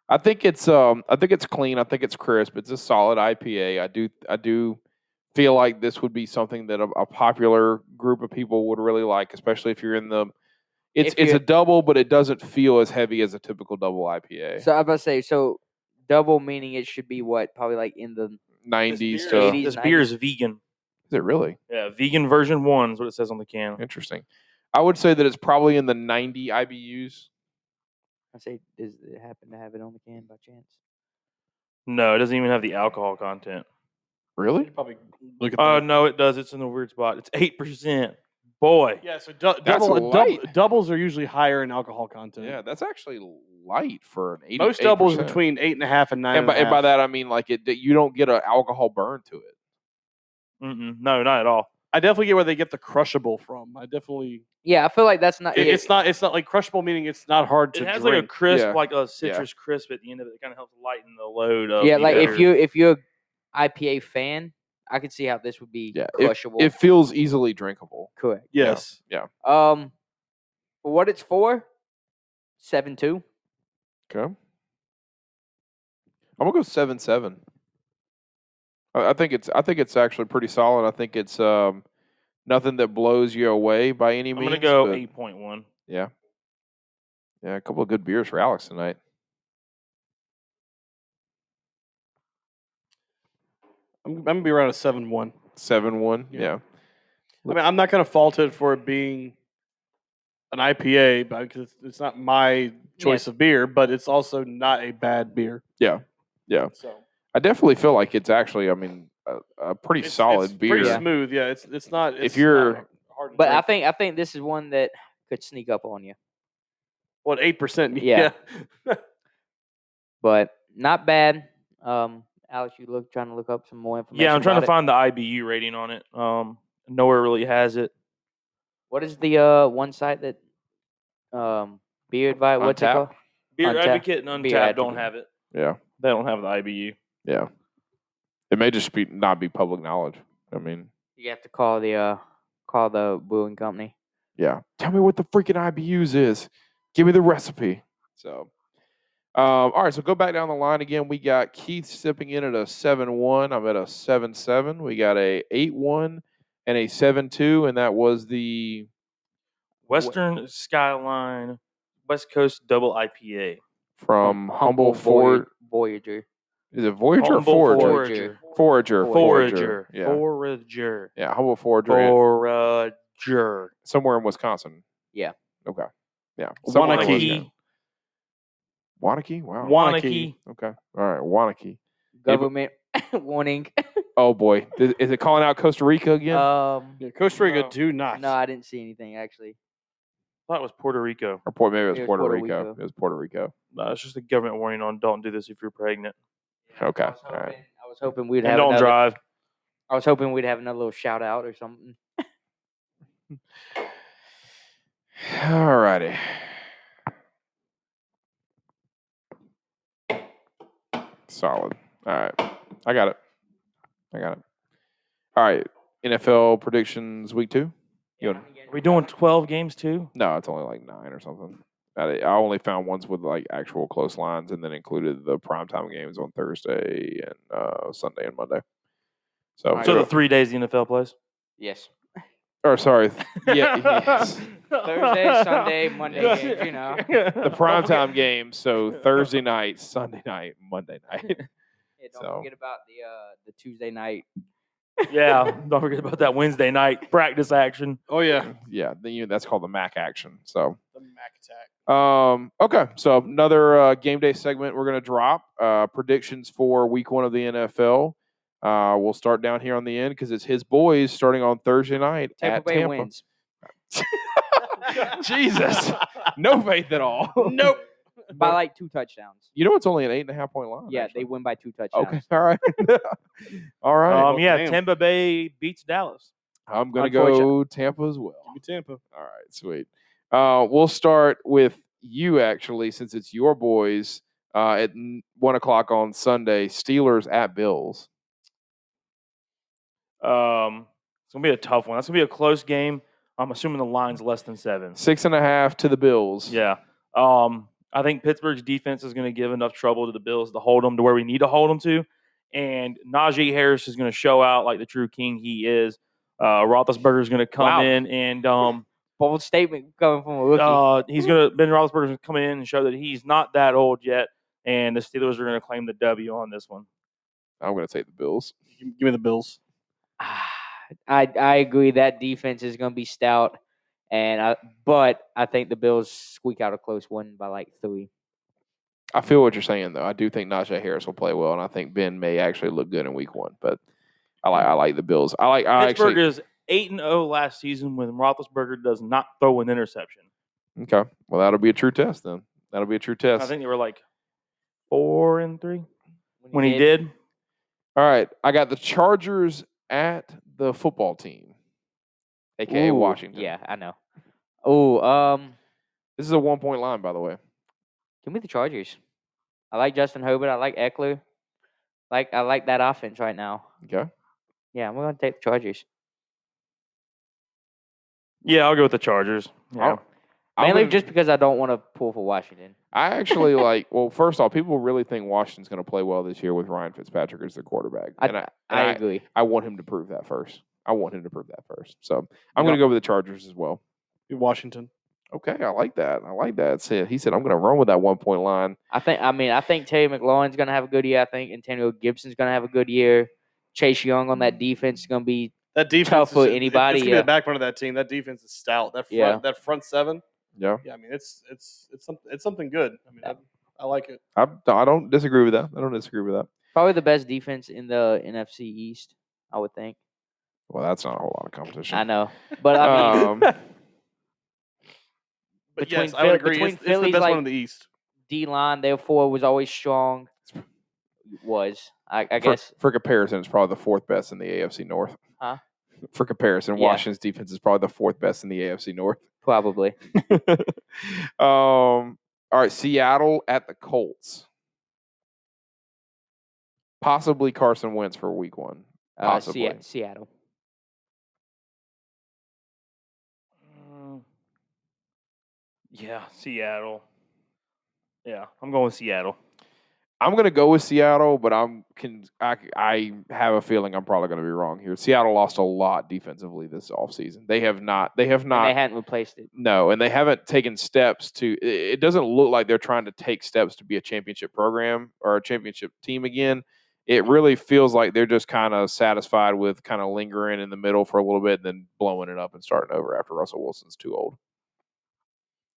I think it's um I think it's clean. I think it's crisp. It's a solid IPA. I do I do feel like this would be something that a, a popular group of people would really like, especially if you're in the. It's
If
it's a
you're-
double, but it doesn't feel as heavy as a typical double IPA.
So I was about to say, so double meaning it should be what probably like in the
Nineties
beer
to
is-
is
80s,
This beer is vegan.
it really
Yeah, vegan version one is what it says on the can.
interesting? I would say that it's probably in the ninety IBUs.
I say, does it happen to have it on the can by chance?
No, it doesn't even have the alcohol content.
Really?
probably look at
Uh, no, it does. It's in the weird spot. It's eight percent. Boy,
Yeah, so dou-
That's
double, uh,
light.
doub- doubles are usually higher in alcohol content.
Yeah, that's actually light for an eighty.
most doubles are
8%.
between eight and a half and nine.
and by,
a
and by
half.
that I mean like it. that You don't get an alcohol burn to it.
Mm-mm, no, not at all.
I definitely get where they get the crushable from. I definitely
Yeah, I feel like that's not.
it-
yeah,
it's not it's not like crushable meaning it's not hard to
It has like a
drink.
crisp,
Yeah.
like a citrus crisp at the end of it. It kind of helps lighten the load of.
yeah,
the
like if
beer.
you if you're a IPA fan, I could see how this would be
Yeah, if-
crushable.
It feels easily drinkable.
correct.
yeah.
yes.
Um, for what it's for, seven two.
Okay. I'm gonna go seven seven. I, I think it's I think it's actually pretty solid. I think it's um nothing that blows you away by any
I'm
means.
gonna go
but
eight point one.
Yeah, a couple of good beers for Alex tonight.
I'm, I'm gonna be around a seven one.
Seven one.
Yeah.
Yeah.
I mean, I'm not gonna fault it for it being an IPA, but because it's, it's not my choice of beer, but it's also not a bad beer.
Yeah. Yeah.
So
I definitely feel like it's actually. I mean, a, a pretty
it's-
solid
it's
beer.
pretty
Yeah.
smooth. Yeah, it's it's not.
If
It's
you're-
not hard to
But I
drink.
think I think this is one that could sneak up on you,
what eight percent? [laughs]
Yeah. but not bad. Um, Alex, you look trying to look up some more information.
Yeah, I'm trying
about
to
it.
find the IBU rating on it. Um, nowhere really has it.
What is the uh one site that um Beer Advice? What's it
Untapped?
called?
Beer
Untapped.
Advocate and
Beer
Untapped don't
Advocate.
have it.
Yeah.
They don't have the IBU.
Yeah. It may just be not be public knowledge. I mean,
You have to call the uh call the brewing company.
yeah. Tell me what the freaking IBUs is. Give me the recipe. So, um, all right. So go back down the line again. We got Keith sipping in at a seven-one. I'm at a seven-seven. We got a eight-one and a seven-two, and that was the
Western Skyline West Coast Double IPA.
from Humble
Voy-
Ford.
Voyager.
Is it Voyager
Humble
or Forager?
Forge.
Forager.
Forager.
Forager.
Yeah.
Forager.
yeah. Humble Forager.
Forager.
somewhere in Wisconsin.
Yeah.
Okay. Yeah. somewhere in Wisconsin.
Wanakee.
Wanakee. Wow.
Wanakee.
okay. All right. Wanakee.
Government [laughs] warning.
Oh boy. Is, is it calling out Costa Rica again?
Um,
Yeah, Costa Rica,
No.
do not.
no, I didn't see anything actually.
I thought it was Puerto Rico.
or Port, maybe it was
it was
Puerto,
Puerto
Rico.
Rico.
It was Puerto Rico.
Uh, it's just a government warning on don't do this if you're pregnant.
Okay,
I was
all right.
hoping, I was hoping we'd
and
have.
don't
another,
drive.
I was hoping we'd have another little shout out or something.
All righty. Solid. All right. I got it. I got it. All right. NFL predictions week two. You want,
Are we doing 12 games too?
no, it's only like nine or something. I I only found ones with like actual close lines, and then included the primetime games on Thursday and uh, Sunday and Monday. So,
Alright.
So the three days the NFL plays?
Yes.
or sorry, th- yeah,
[laughs]
yes.
Thursday, Sunday, Monday games, you know.
the
[laughs]
primetime game. So Thursday night, Sunday night, Monday [laughs] night.
Yeah, don't
So-
forget about the uh, the Tuesday night.
Yeah. Don't forget about that Wednesday night practice action.
Oh yeah,
yeah, then you, that's called the Mac action. So,
the Mac attack.
um, okay, so another uh, game day segment we're gonna drop uh, predictions for Week One of the NFL. Uh, we'll start down here on the end because it's his boys starting on Thursday night
Tampa
at
Bay
Tampa.
wins.
[laughs]
[laughs] Jesus, [laughs] no faith
[laughs]
at all. [laughs]
nope.
by like two touchdowns.
You know it's only an eight and a half point line.
Yeah,
actually.
they win by two touchdowns.
Okay, [laughs]
[laughs]
all right, all right.
Um,
well,
yeah,
damn.
Tampa Bay beats Dallas.
I'm gonna
unfortunate-
go Tampa as well.
Give me Tampa.
All right, sweet. Uh, we'll start with you actually, since it's your boys uh, at n- one o'clock on Sunday. Steelers at Bills.
Um, it's gonna be a tough one. That's gonna be a close game. I'm assuming the line's less than seven.
Six and a half to the Bills.
Yeah. Um, I think Pittsburgh's defense is gonna give enough trouble to the Bills to hold them to where we need to hold them to, and Najee Harris is gonna show out like the true king he is. Uh, Roethlisberger is gonna come
Wow.
in and um,
Bold statement coming from a rookie.
uh, he's gonna Ben Roethlisberger's gonna come in and show that he's not that old yet. And the Steelers are gonna claim the W on this one.
I'm going to take the Bills.
Give give me the Bills.
[sighs] I I agree that defense is going to be stout, and I, but I think the Bills squeak out a close one by like three.
I feel what you're saying, though. I do think Najee Harris will play well, and I think Ben may actually look good in Week One. But I like I like the Bills. I like I
Pittsburgh
actually
is eight and zero last season when Roethlisberger does not throw an interception.
okay. Well, that'll be a true test then. That'll be a true test.
I think they were like four and three when he did.
All right, I got the Chargers at the football team, aka
Ooh,
Washington.
Yeah, I know. Oh, um,
This is a one point line, by the way.
give me the Chargers. I like Justin Herbert. I like Eckler. Like I like that offense right now.
Okay.
Yeah, we're gonna take the Chargers.
Yeah, I'll go with the Chargers. Yeah.
I'll- I'm
Mainly
gonna-
just because I don't want to pull for Washington.
[laughs] I actually like. Well, first off, people really think Washington's going to play well this year with Ryan Fitzpatrick as their quarterback,
I-
and I, and
I,
I,
agree.
I want him to prove that first. I want him to prove that first. So I'm going to go with the Chargers as well.
Give me Washington.
Okay, I like that. I like that. Said he said I'm going to run with that one point line.
I think. I mean, I think Terry McLaurin's gonna have a good year. I think Antonio Gibson's gonna have a good year. Chase Young on that defense is gonna be
That defense
Tough
is
for
just- it-
anybody,
It's gonna
yeah.
be the backbone of that team. That defense is stout. That front,
Yeah.
that front seven.
Yeah,
Yeah, I mean it's it's it's something it's something good. I mean,
Yeah.
I, I like it.
I, I don't disagree with that. I don't disagree with that.
probably the best defense in the NFC East. I would think.
Well, that's not a whole lot of competition. [laughs]
I know, [laughs] but I mean,
Um,
But
Between
yes, I would
Phil-
agree.
between
It's, it's the
Philly's,
best
like-
one in the East.
D line therefore was always strong. Was I, I
for,
guess
for comparison, it's probably the fourth best in the AFC North.
Huh?
For comparison,
Yeah.
Washington's defense is probably the fourth best in the AFC North.
probably.
[laughs] um, all right, Seattle at the Colts. Possibly Carson Wentz for week one.
Uh, Se-
Possibly.
Seattle.
Mm. Yeah, Seattle. Yeah, I'm going with Seattle.
I'm gonna go with Seattle, but I'm can I, I have a feeling I'm probably gonna be wrong here. Seattle lost a lot defensively this offseason. They have not. They have
And
not.
they hadn't replaced it.
No, and they haven't taken steps to. i- It doesn't look like they're trying to take steps to be a championship program or a championship team again. It really feels like they're just kind of satisfied with kind of lingering in the middle for a little bit, then blowing it up and starting over after Russell Wilson's too old.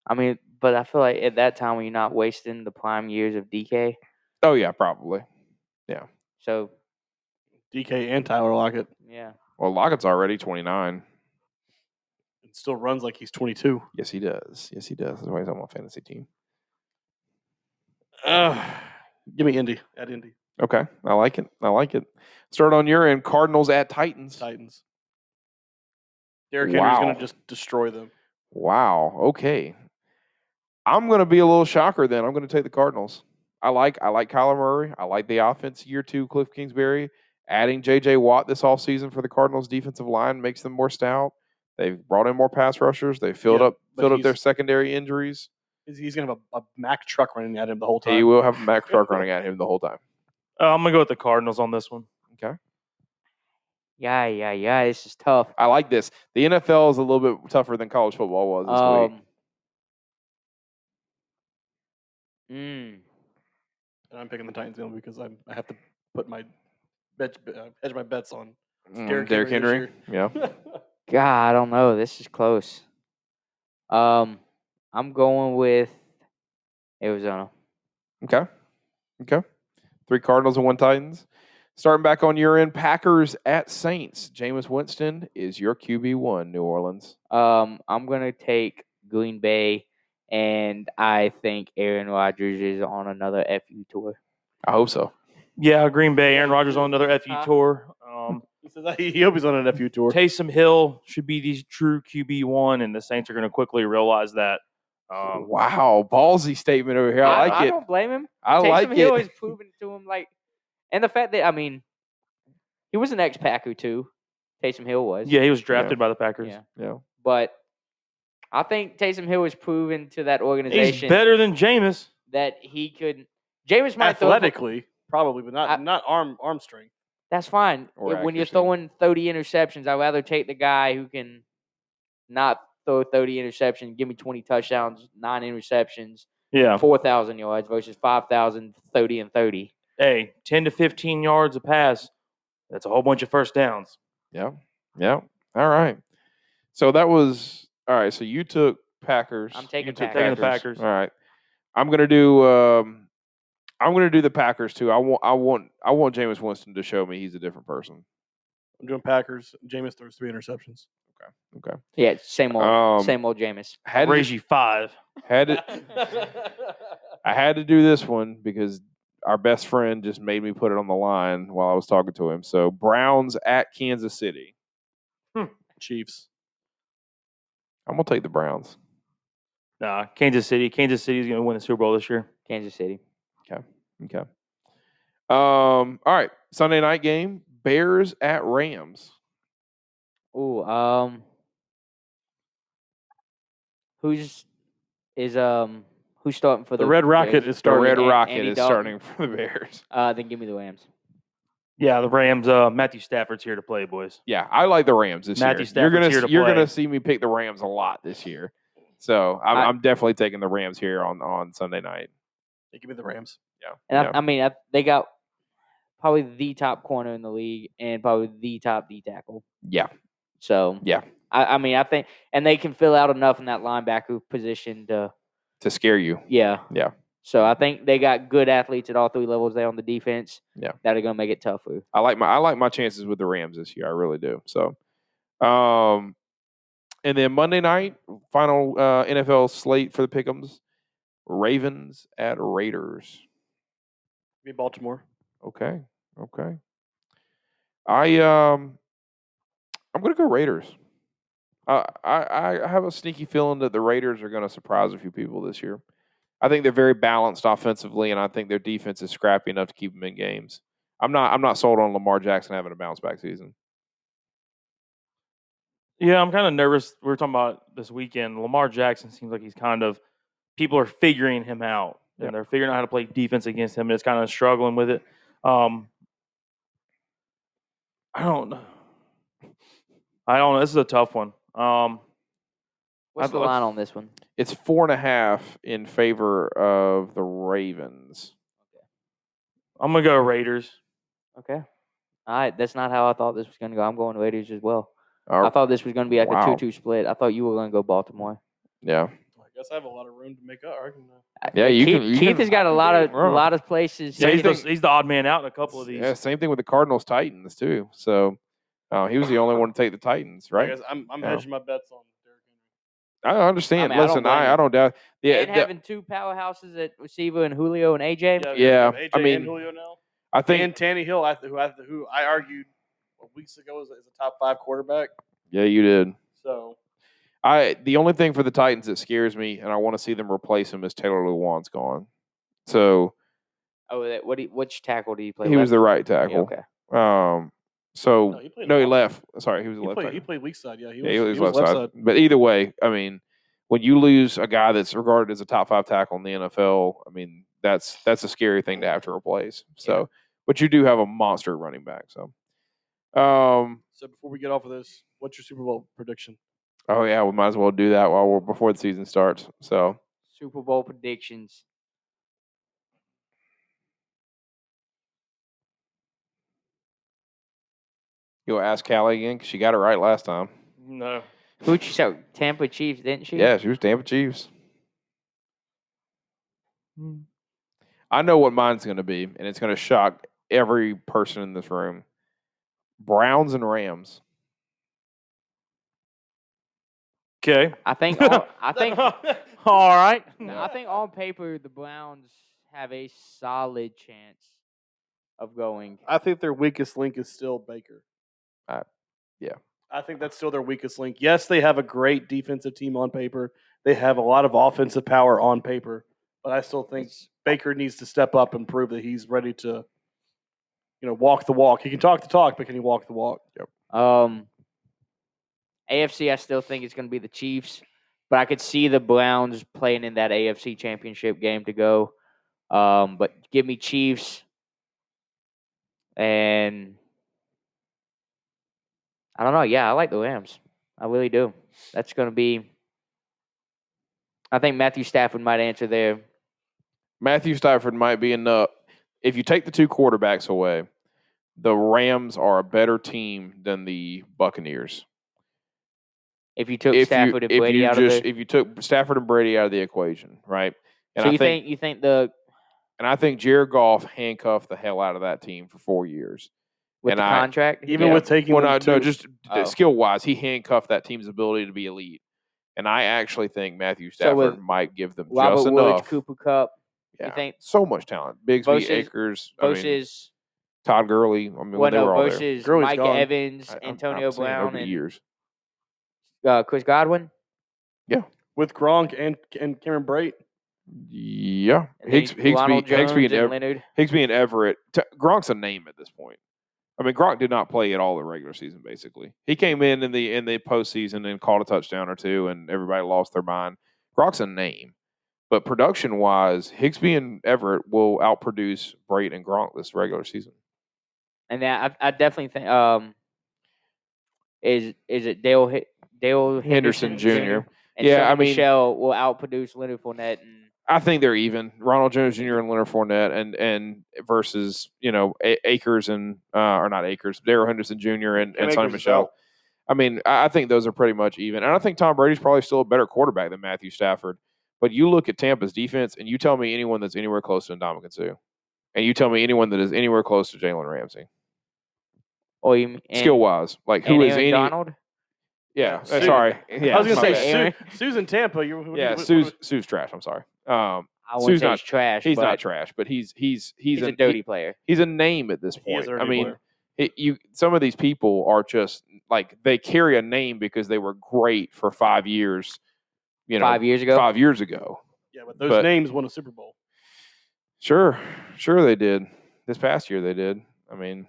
I mean, but I feel like at that time when you're not wasting the prime years of DK,
Oh yeah, probably.
so
DK and Tyler Lockett
yeah,
Well, Lockett's already 29.
and still runs like he's 22.
Yes, he does. Yes, he does. That's why he's on my fantasy team.
Ugh. give me Indy at Indy
Okay, I like it. I like it. Start on your end. Cardinals at Titans.
Titans. Derrick Henry's going
Wow.
to just destroy them.
Wow. Okay. I'm gonna be a little shocker then. I'm gonna take the Cardinals. I like I like Kyler Murray. I like the offense year two, Cliff Kingsbury. Adding JJ Watt this offseason for the Cardinals defensive line makes them more stout. They've brought in more pass rushers. They filled
Yeah,
up
but
filled up their
he's-
secondary injuries.
He's, going to have a, a Mack truck running at him the whole time.
He
[laughs]
will have a Mack truck running at him the whole time.
Uh, I'm gonna go with the Cardinals on this one.
yeah, yeah, yeah. This is tough.
I like this. The NFL is a little bit tougher than college football was this week.
Um, mm,
and I'm picking the Titans you know, because I'm, I have to put my bet, uh, hedge my bets on. [laughs]
Mm,
Derrick
Derrick
Henry
Henry.
this
Yeah.
God, I don't know. This is close. Um, I'm going with Arizona.
Okay. Okay. Three Cardinals and one Titans. Starting back on your end, Packers at Saints. Jameis Winston is your QB one, New Orleans.
Um, I'm gonna take Green Bay, and I think Aaron Rodgers is on another FU tour.
I hope so.
Yeah, Green Bay. Aaron Rodgers on another FU
Uh,
tour. Um,
he says that- he, he hopes he's on an FU tour.
Taysom Hill should be the true QB one, and the Saints are gonna quickly realize that. Um,
wow, ballsy statement over here. I,
I
like it.
don't blame him.
I
Taysom
like
Hill
it.
has proven to him like, and the fact that I mean, he was an ex-Packer too. Taysom Hill was.
yeah, he was drafted by the Packers.
Yeah.
Yeah.
But I think Taysom Hill has proven to that
He's
organization
better than Jameis.
that he could. Jameis might throw the ball-
Athletically, probably, but not
I-
not arm arm strength.
That's fine.
Or
If- when you're
accuracy.
throwing 30 interceptions, I'd rather take the guy who can not throw 30 interceptions, give me 20 touchdowns, nine interceptions,
Yeah.
4,000 yards versus 5,000, 30 and 30.
Hey, ten to fifteen yards a pass. That's a whole bunch of first downs.
Yeah. Yeah. All right. So that was all right. So you took Packers.
I'm
You
taking
took
Packers.
Taking the Packers.
All right. I'm gonna do um I'm gonna do the Packers too. I want I want I want Jameis Winston to show me he's a different person.
I'm doing Packers. Jameis throws three interceptions.
Okay.
Yeah, same old,
Um,
same old Jameis.
Had to-
Raise you five.
had it
[laughs]
I had to do this one because our best friend just made me put it on the line while I was talking to him. So Browns at Kansas City.
Chiefs.
I'm gonna take the Browns.
Nah, Kansas City. Kansas City's going to win the Super Bowl this year.
Kansas City.
Okay. Um. All right. Sunday night game. Bears at Rams.
Ooh, um, who's is um who's starting for
The
the
Red Rocket
Bears?
is
The
starting.
Red
An-
Rocket
Andy
is
Dalton.
starting for the Bears. [laughs]
Uh, then give me the Rams.
Yeah, the Rams. Uh, Matthew Stafford's here to play, boys.
Yeah, I like the Rams this
Matthew
year. You're gonna
Stafford's here
s-
to
you're
play.
gonna see me pick the Rams a lot this year. So I'm, I,
I-
am i am definitely taking the Rams here on on Sunday night.
Hey, give me the Rams.
Yeah.
And
yeah.
I, I mean, I, they got probably the top corner in the league and probably the top D tackle.
yeah.
So
Yeah.
I, I mean, I think, and they can fill out enough in that linebacker position to,
To scare you.
yeah,
Yeah.
So I think they got good athletes at all three levels there on the defense.
Yeah.
that are gonna make it tougher.
I like my I like my chances with the Rams this year. I really do. So, um, and then Monday night final uh, NFL slate for the Pickums: Ravens at Raiders.
Give me Baltimore.
Okay, okay. I um, I'm gonna go Raiders. I I I have a sneaky feeling that the Raiders are gonna surprise a few people this year. I think they're very balanced offensively, and I think their defense is scrappy enough to keep them in games. I'm not I'm not sold on Lamar Jackson having a bounce back season.
Yeah, I'm kind of nervous. We were talking about this weekend. Lamar Jackson seems like he's kind of people are figuring him out. and
Yep.
they're figuring out how to play defense against him, and it's kind of struggling with it. Um, I don't know. I don't know. This is a tough one. Um,
What's
I've-
the line on this one?
It's four and a half in favor of the Ravens.
I'm gonna go Raiders.
Okay. All right. That's not how I thought this was going to go. I'm going Raiders as well.
All
I
right.
thought this was going to be like a
Wow.
2 2 split. I thought you were going to go Baltimore.
Yeah.
I guess I have a lot of room to make up. I can, uh,
I-
Yeah, you
Keith,
can- you
Keith
can-
has got a lot of a
Wrong.
lot of places.
Yeah,
that
he's
he-
the, he's the odd man out in a couple of these.
Yeah, same thing with the Cardinals Titans too. So uh, he was the only one to take the Titans,
I
right?
guess I'm, I'm
Yeah.
hedging my bets on Derrick Henry.
I understand.
I mean, I don't
Listen,
blame
I, I
him.
don't doubt. Yeah,
and
the-
having two powerhouses at receiver and Julio and AJ.
Yeah, yeah,
we have
I
AJ
mean,
and Julio now.
I think.
and Tanny Hill, I, who, I, who I argued weeks ago is, is a top five quarterback.
Yeah, you did.
So
I the only thing for the Titans that scares me, and I want to see them replace him, is Taylor Lewan's gone. So
Oh, that, what? Do you, which tackle do you play?
he was the
left?
right
Yeah,
tackle.
okay.
Um. So no,
he
he,
played left.
left. Sorry, he was a
he
left.
played,
tackle.
he played weak side. Yeah, he
Yeah,
was,
he was,
he
left, side. But either way, I mean, when you lose a guy that's regarded as a top five tackle in the NFL, I mean, that's that's a scary thing to have to replace. So, but you do have a monster running back. So, um,
So before we get off of this, what's your Super Bowl prediction?
oh yeah, we might as well do that while we're before the season starts. So,
Super Bowl predictions.
you'll ask Callie again because she got it right last time.
No,
Who'd you say? Tampa Chiefs, didn't she?
Yeah, she was Tampa Chiefs.
Hmm.
I know what mine's going to be, and it's going to shock every person in this room. Browns and Rams.
okay.
I think.
[laughs]
On, I [laughs] think.
[laughs] all right.
no, I think on paper the Browns have a solid chance of going.
I think their weakest link is still Baker.
Uh, yeah.
I think that's still their weakest link. Yes, they have a great defensive team on paper. They have a lot of offensive power on paper, but I still think Baker needs to step up and prove that he's ready to, you know, walk the walk. He can talk the talk, but can he walk the walk?
Um, AFC, I still think it's going to be the Chiefs, but I could see the Browns playing in that AFC Championship game to go. Um, but give me Chiefs, and I don't know. Yeah, I like the Rams. I really do. That's going to be. I think Matthew Stafford might answer there.
Matthew Stafford might be enough. If you take the two quarterbacks away, the Rams are a better team than the Buccaneers.
If you took
if
Stafford
you,
and
if
Brady
you
out
just
of there,
if you took Stafford and Brady out of the equation, right? And
so
I
you
think,
think you think the
and I think Jared Goff handcuffed the hell out of that team for four years.
with
And
the
I-
contract,
Even
Yeah.
with taking
well,
them
no, no,
to-
just
Oh.
skill wise, he handcuffed that team's ability to be elite. And I actually think Matthew
So with
Stafford might give them
Robert
just
Woods,
enough.
Cooper Cup,
yeah,
you think
so much talent. Bigsby,
Versus-
Akers, I mean,
versus
Todd Gurley. I mean,
well,
when they
no,
were all there.
versus
Gurley's
Mike
gone.
Evans,
I- I'm-
Antonio
I'm saying
Brown,
over the
and
years.
uh, Chris Godwin.
with Gronk and and Cameron Brate.
Yeah,
and then
Higgs,
Ronald
Higsby,
Jones
Higsby, and
and
Ev-
Leonard.
Higsby and Everett. T- Gronk's a name at this point. I mean, Gronk did not play at all the regular season. Basically, he came in in the in the postseason and caught a touchdown or two, and everybody lost their mind. Gronk's a name, but production wise, Higsby and Everett will outproduce Brate and Gronk this regular season.
And then I, I definitely think um, is is it Dale Hi- Dale
Henderson,
Henderson,
Jr.
And
Yeah,
Sony
I mean-
Michelle will outproduce Leonard Fournette. And
I think they're even. Ronald Jones Jr. and Leonard Fournette, and and versus you know a- Akers and uh, or not Akers, Daryl Henderson Jr. and, and
Akers
Sonny
is
Michelle.
out.
I mean, I, I think those are pretty much even, and I think Tom Brady's probably still a better quarterback than Matthew Stafford. But you look at Tampa's defense, and you tell me anyone that's anywhere close to Ndamukong Suh, and you tell me anyone that is anywhere close to Jalen Ramsey,
or oh, you mean- and,
skill wise, like who
and
is
Aaron
any?
Donald?
Yeah, uh,
Sue.
sorry. Yeah,
I was gonna
my
sorry.
say
bad.
Sue,
Aaron.
Susan Tampa. You, what-
yeah,
what-
Sue's, Sue's trash. I'm sorry. Um,
I wouldn't
Sue's
say
not-
he's trash.
he's
but
not trash, but he's he's he's,
He's, a
an-
dirty
he-
player.
he's a name at this
He
point.
is their
I
new
mean,
player.
it, you some of these people are just like they carry a name because they were great for five years, you know,
five years ago,
five years ago.
yeah, but those
but-
names won a Super Bowl.
Sure, sure they did. This past year they did. I mean,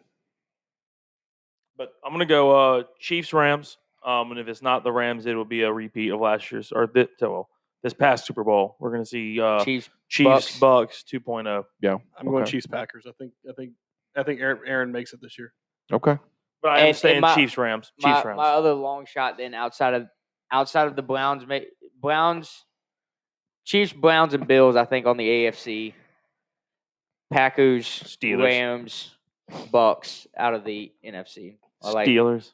But I'm gonna go uh, Chiefs Rams. Um, and if it's not the Rams, it will be a repeat of last year's or this, well, this past Super Bowl. We're gonna see uh, Chiefs,
Chiefs
Chiefs Bucks 2.0.
I'm going
Okay.
Chiefs Packers. I think I think I think Aaron, Aaron makes it this year.
Okay.
But I am
And- and
saying
my-
Chiefs Rams. Chiefs
my,
Rams.
my other long shot then outside of outside of the Browns, ma- Browns, Chiefs, Browns, and Bills. I think on the AFC, Packers,
Steelers.
Rams, Bucks out of the NFC. I like
Steelers.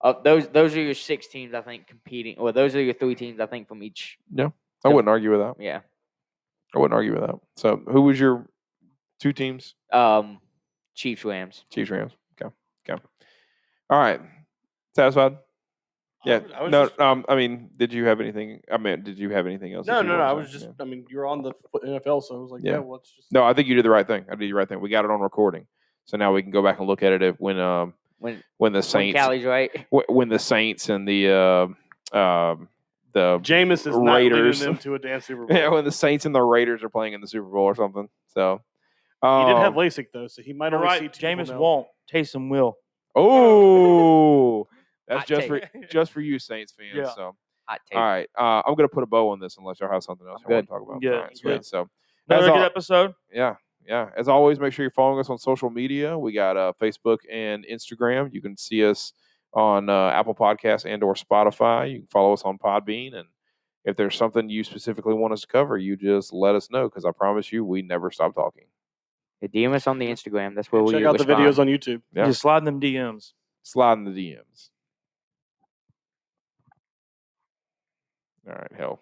uh, those. Those are your six teams I think competing, or those are your three teams I think from each.
I
Yep.
wouldn't argue with that.
Yeah.
I wouldn't argue with that. So, who was your two teams?
Um, Chiefs, Rams.
Chiefs, Rams. Okay. Okay. All right. Satisfied? Yeah.
I was
no.
just-
um. I mean, did you have anything? I mean, did you have anything else? that
no,
you
no, no.
wanted to say?
I was just.
Yeah.
I mean, you're on the f- NFL, so I was like,
Yeah.
yeah, well, it's just.
No, I think you did the right thing. I did the right thing. We got it on recording, so now we can go back and look at it if, when um
When,
when the
when
Saints
Cali's right,
wh- when the Saints and the uh, um the
Jameis is not Raiders.
Raiders.
leading them to a damn Super
[laughs]
Bowl.
yeah, when the Saints and the Raiders are playing in the Super Bowl or something. So,
he
um,
did have LASIK though, so he might
You're
only
right.
see two people
Jameis
now.
won't. Taysom will.
oh, that's
Hot
just for
take.
just for you Saints fans.
Yeah.
So,
hot take.
all right, uh, I'm gonna put a bow on this unless y'all have something else
I'm
you want
good.
to talk about.
Good,
All right, sweet.
good.
So, that's
Another
all-
good episode.
yeah yeah as always make sure you're following us on social media we got uh, facebook and instagram you can see us on uh, apple Podcasts and or spotify you can follow us on podbean and if there's something you specifically want us to cover you just let us know because i promise you we never stop talking
DM us on the Instagram. That's where we
Check out the
respond.
videos on YouTube.
Yeah.
Just slide them DMs.
slide in the dms all right hell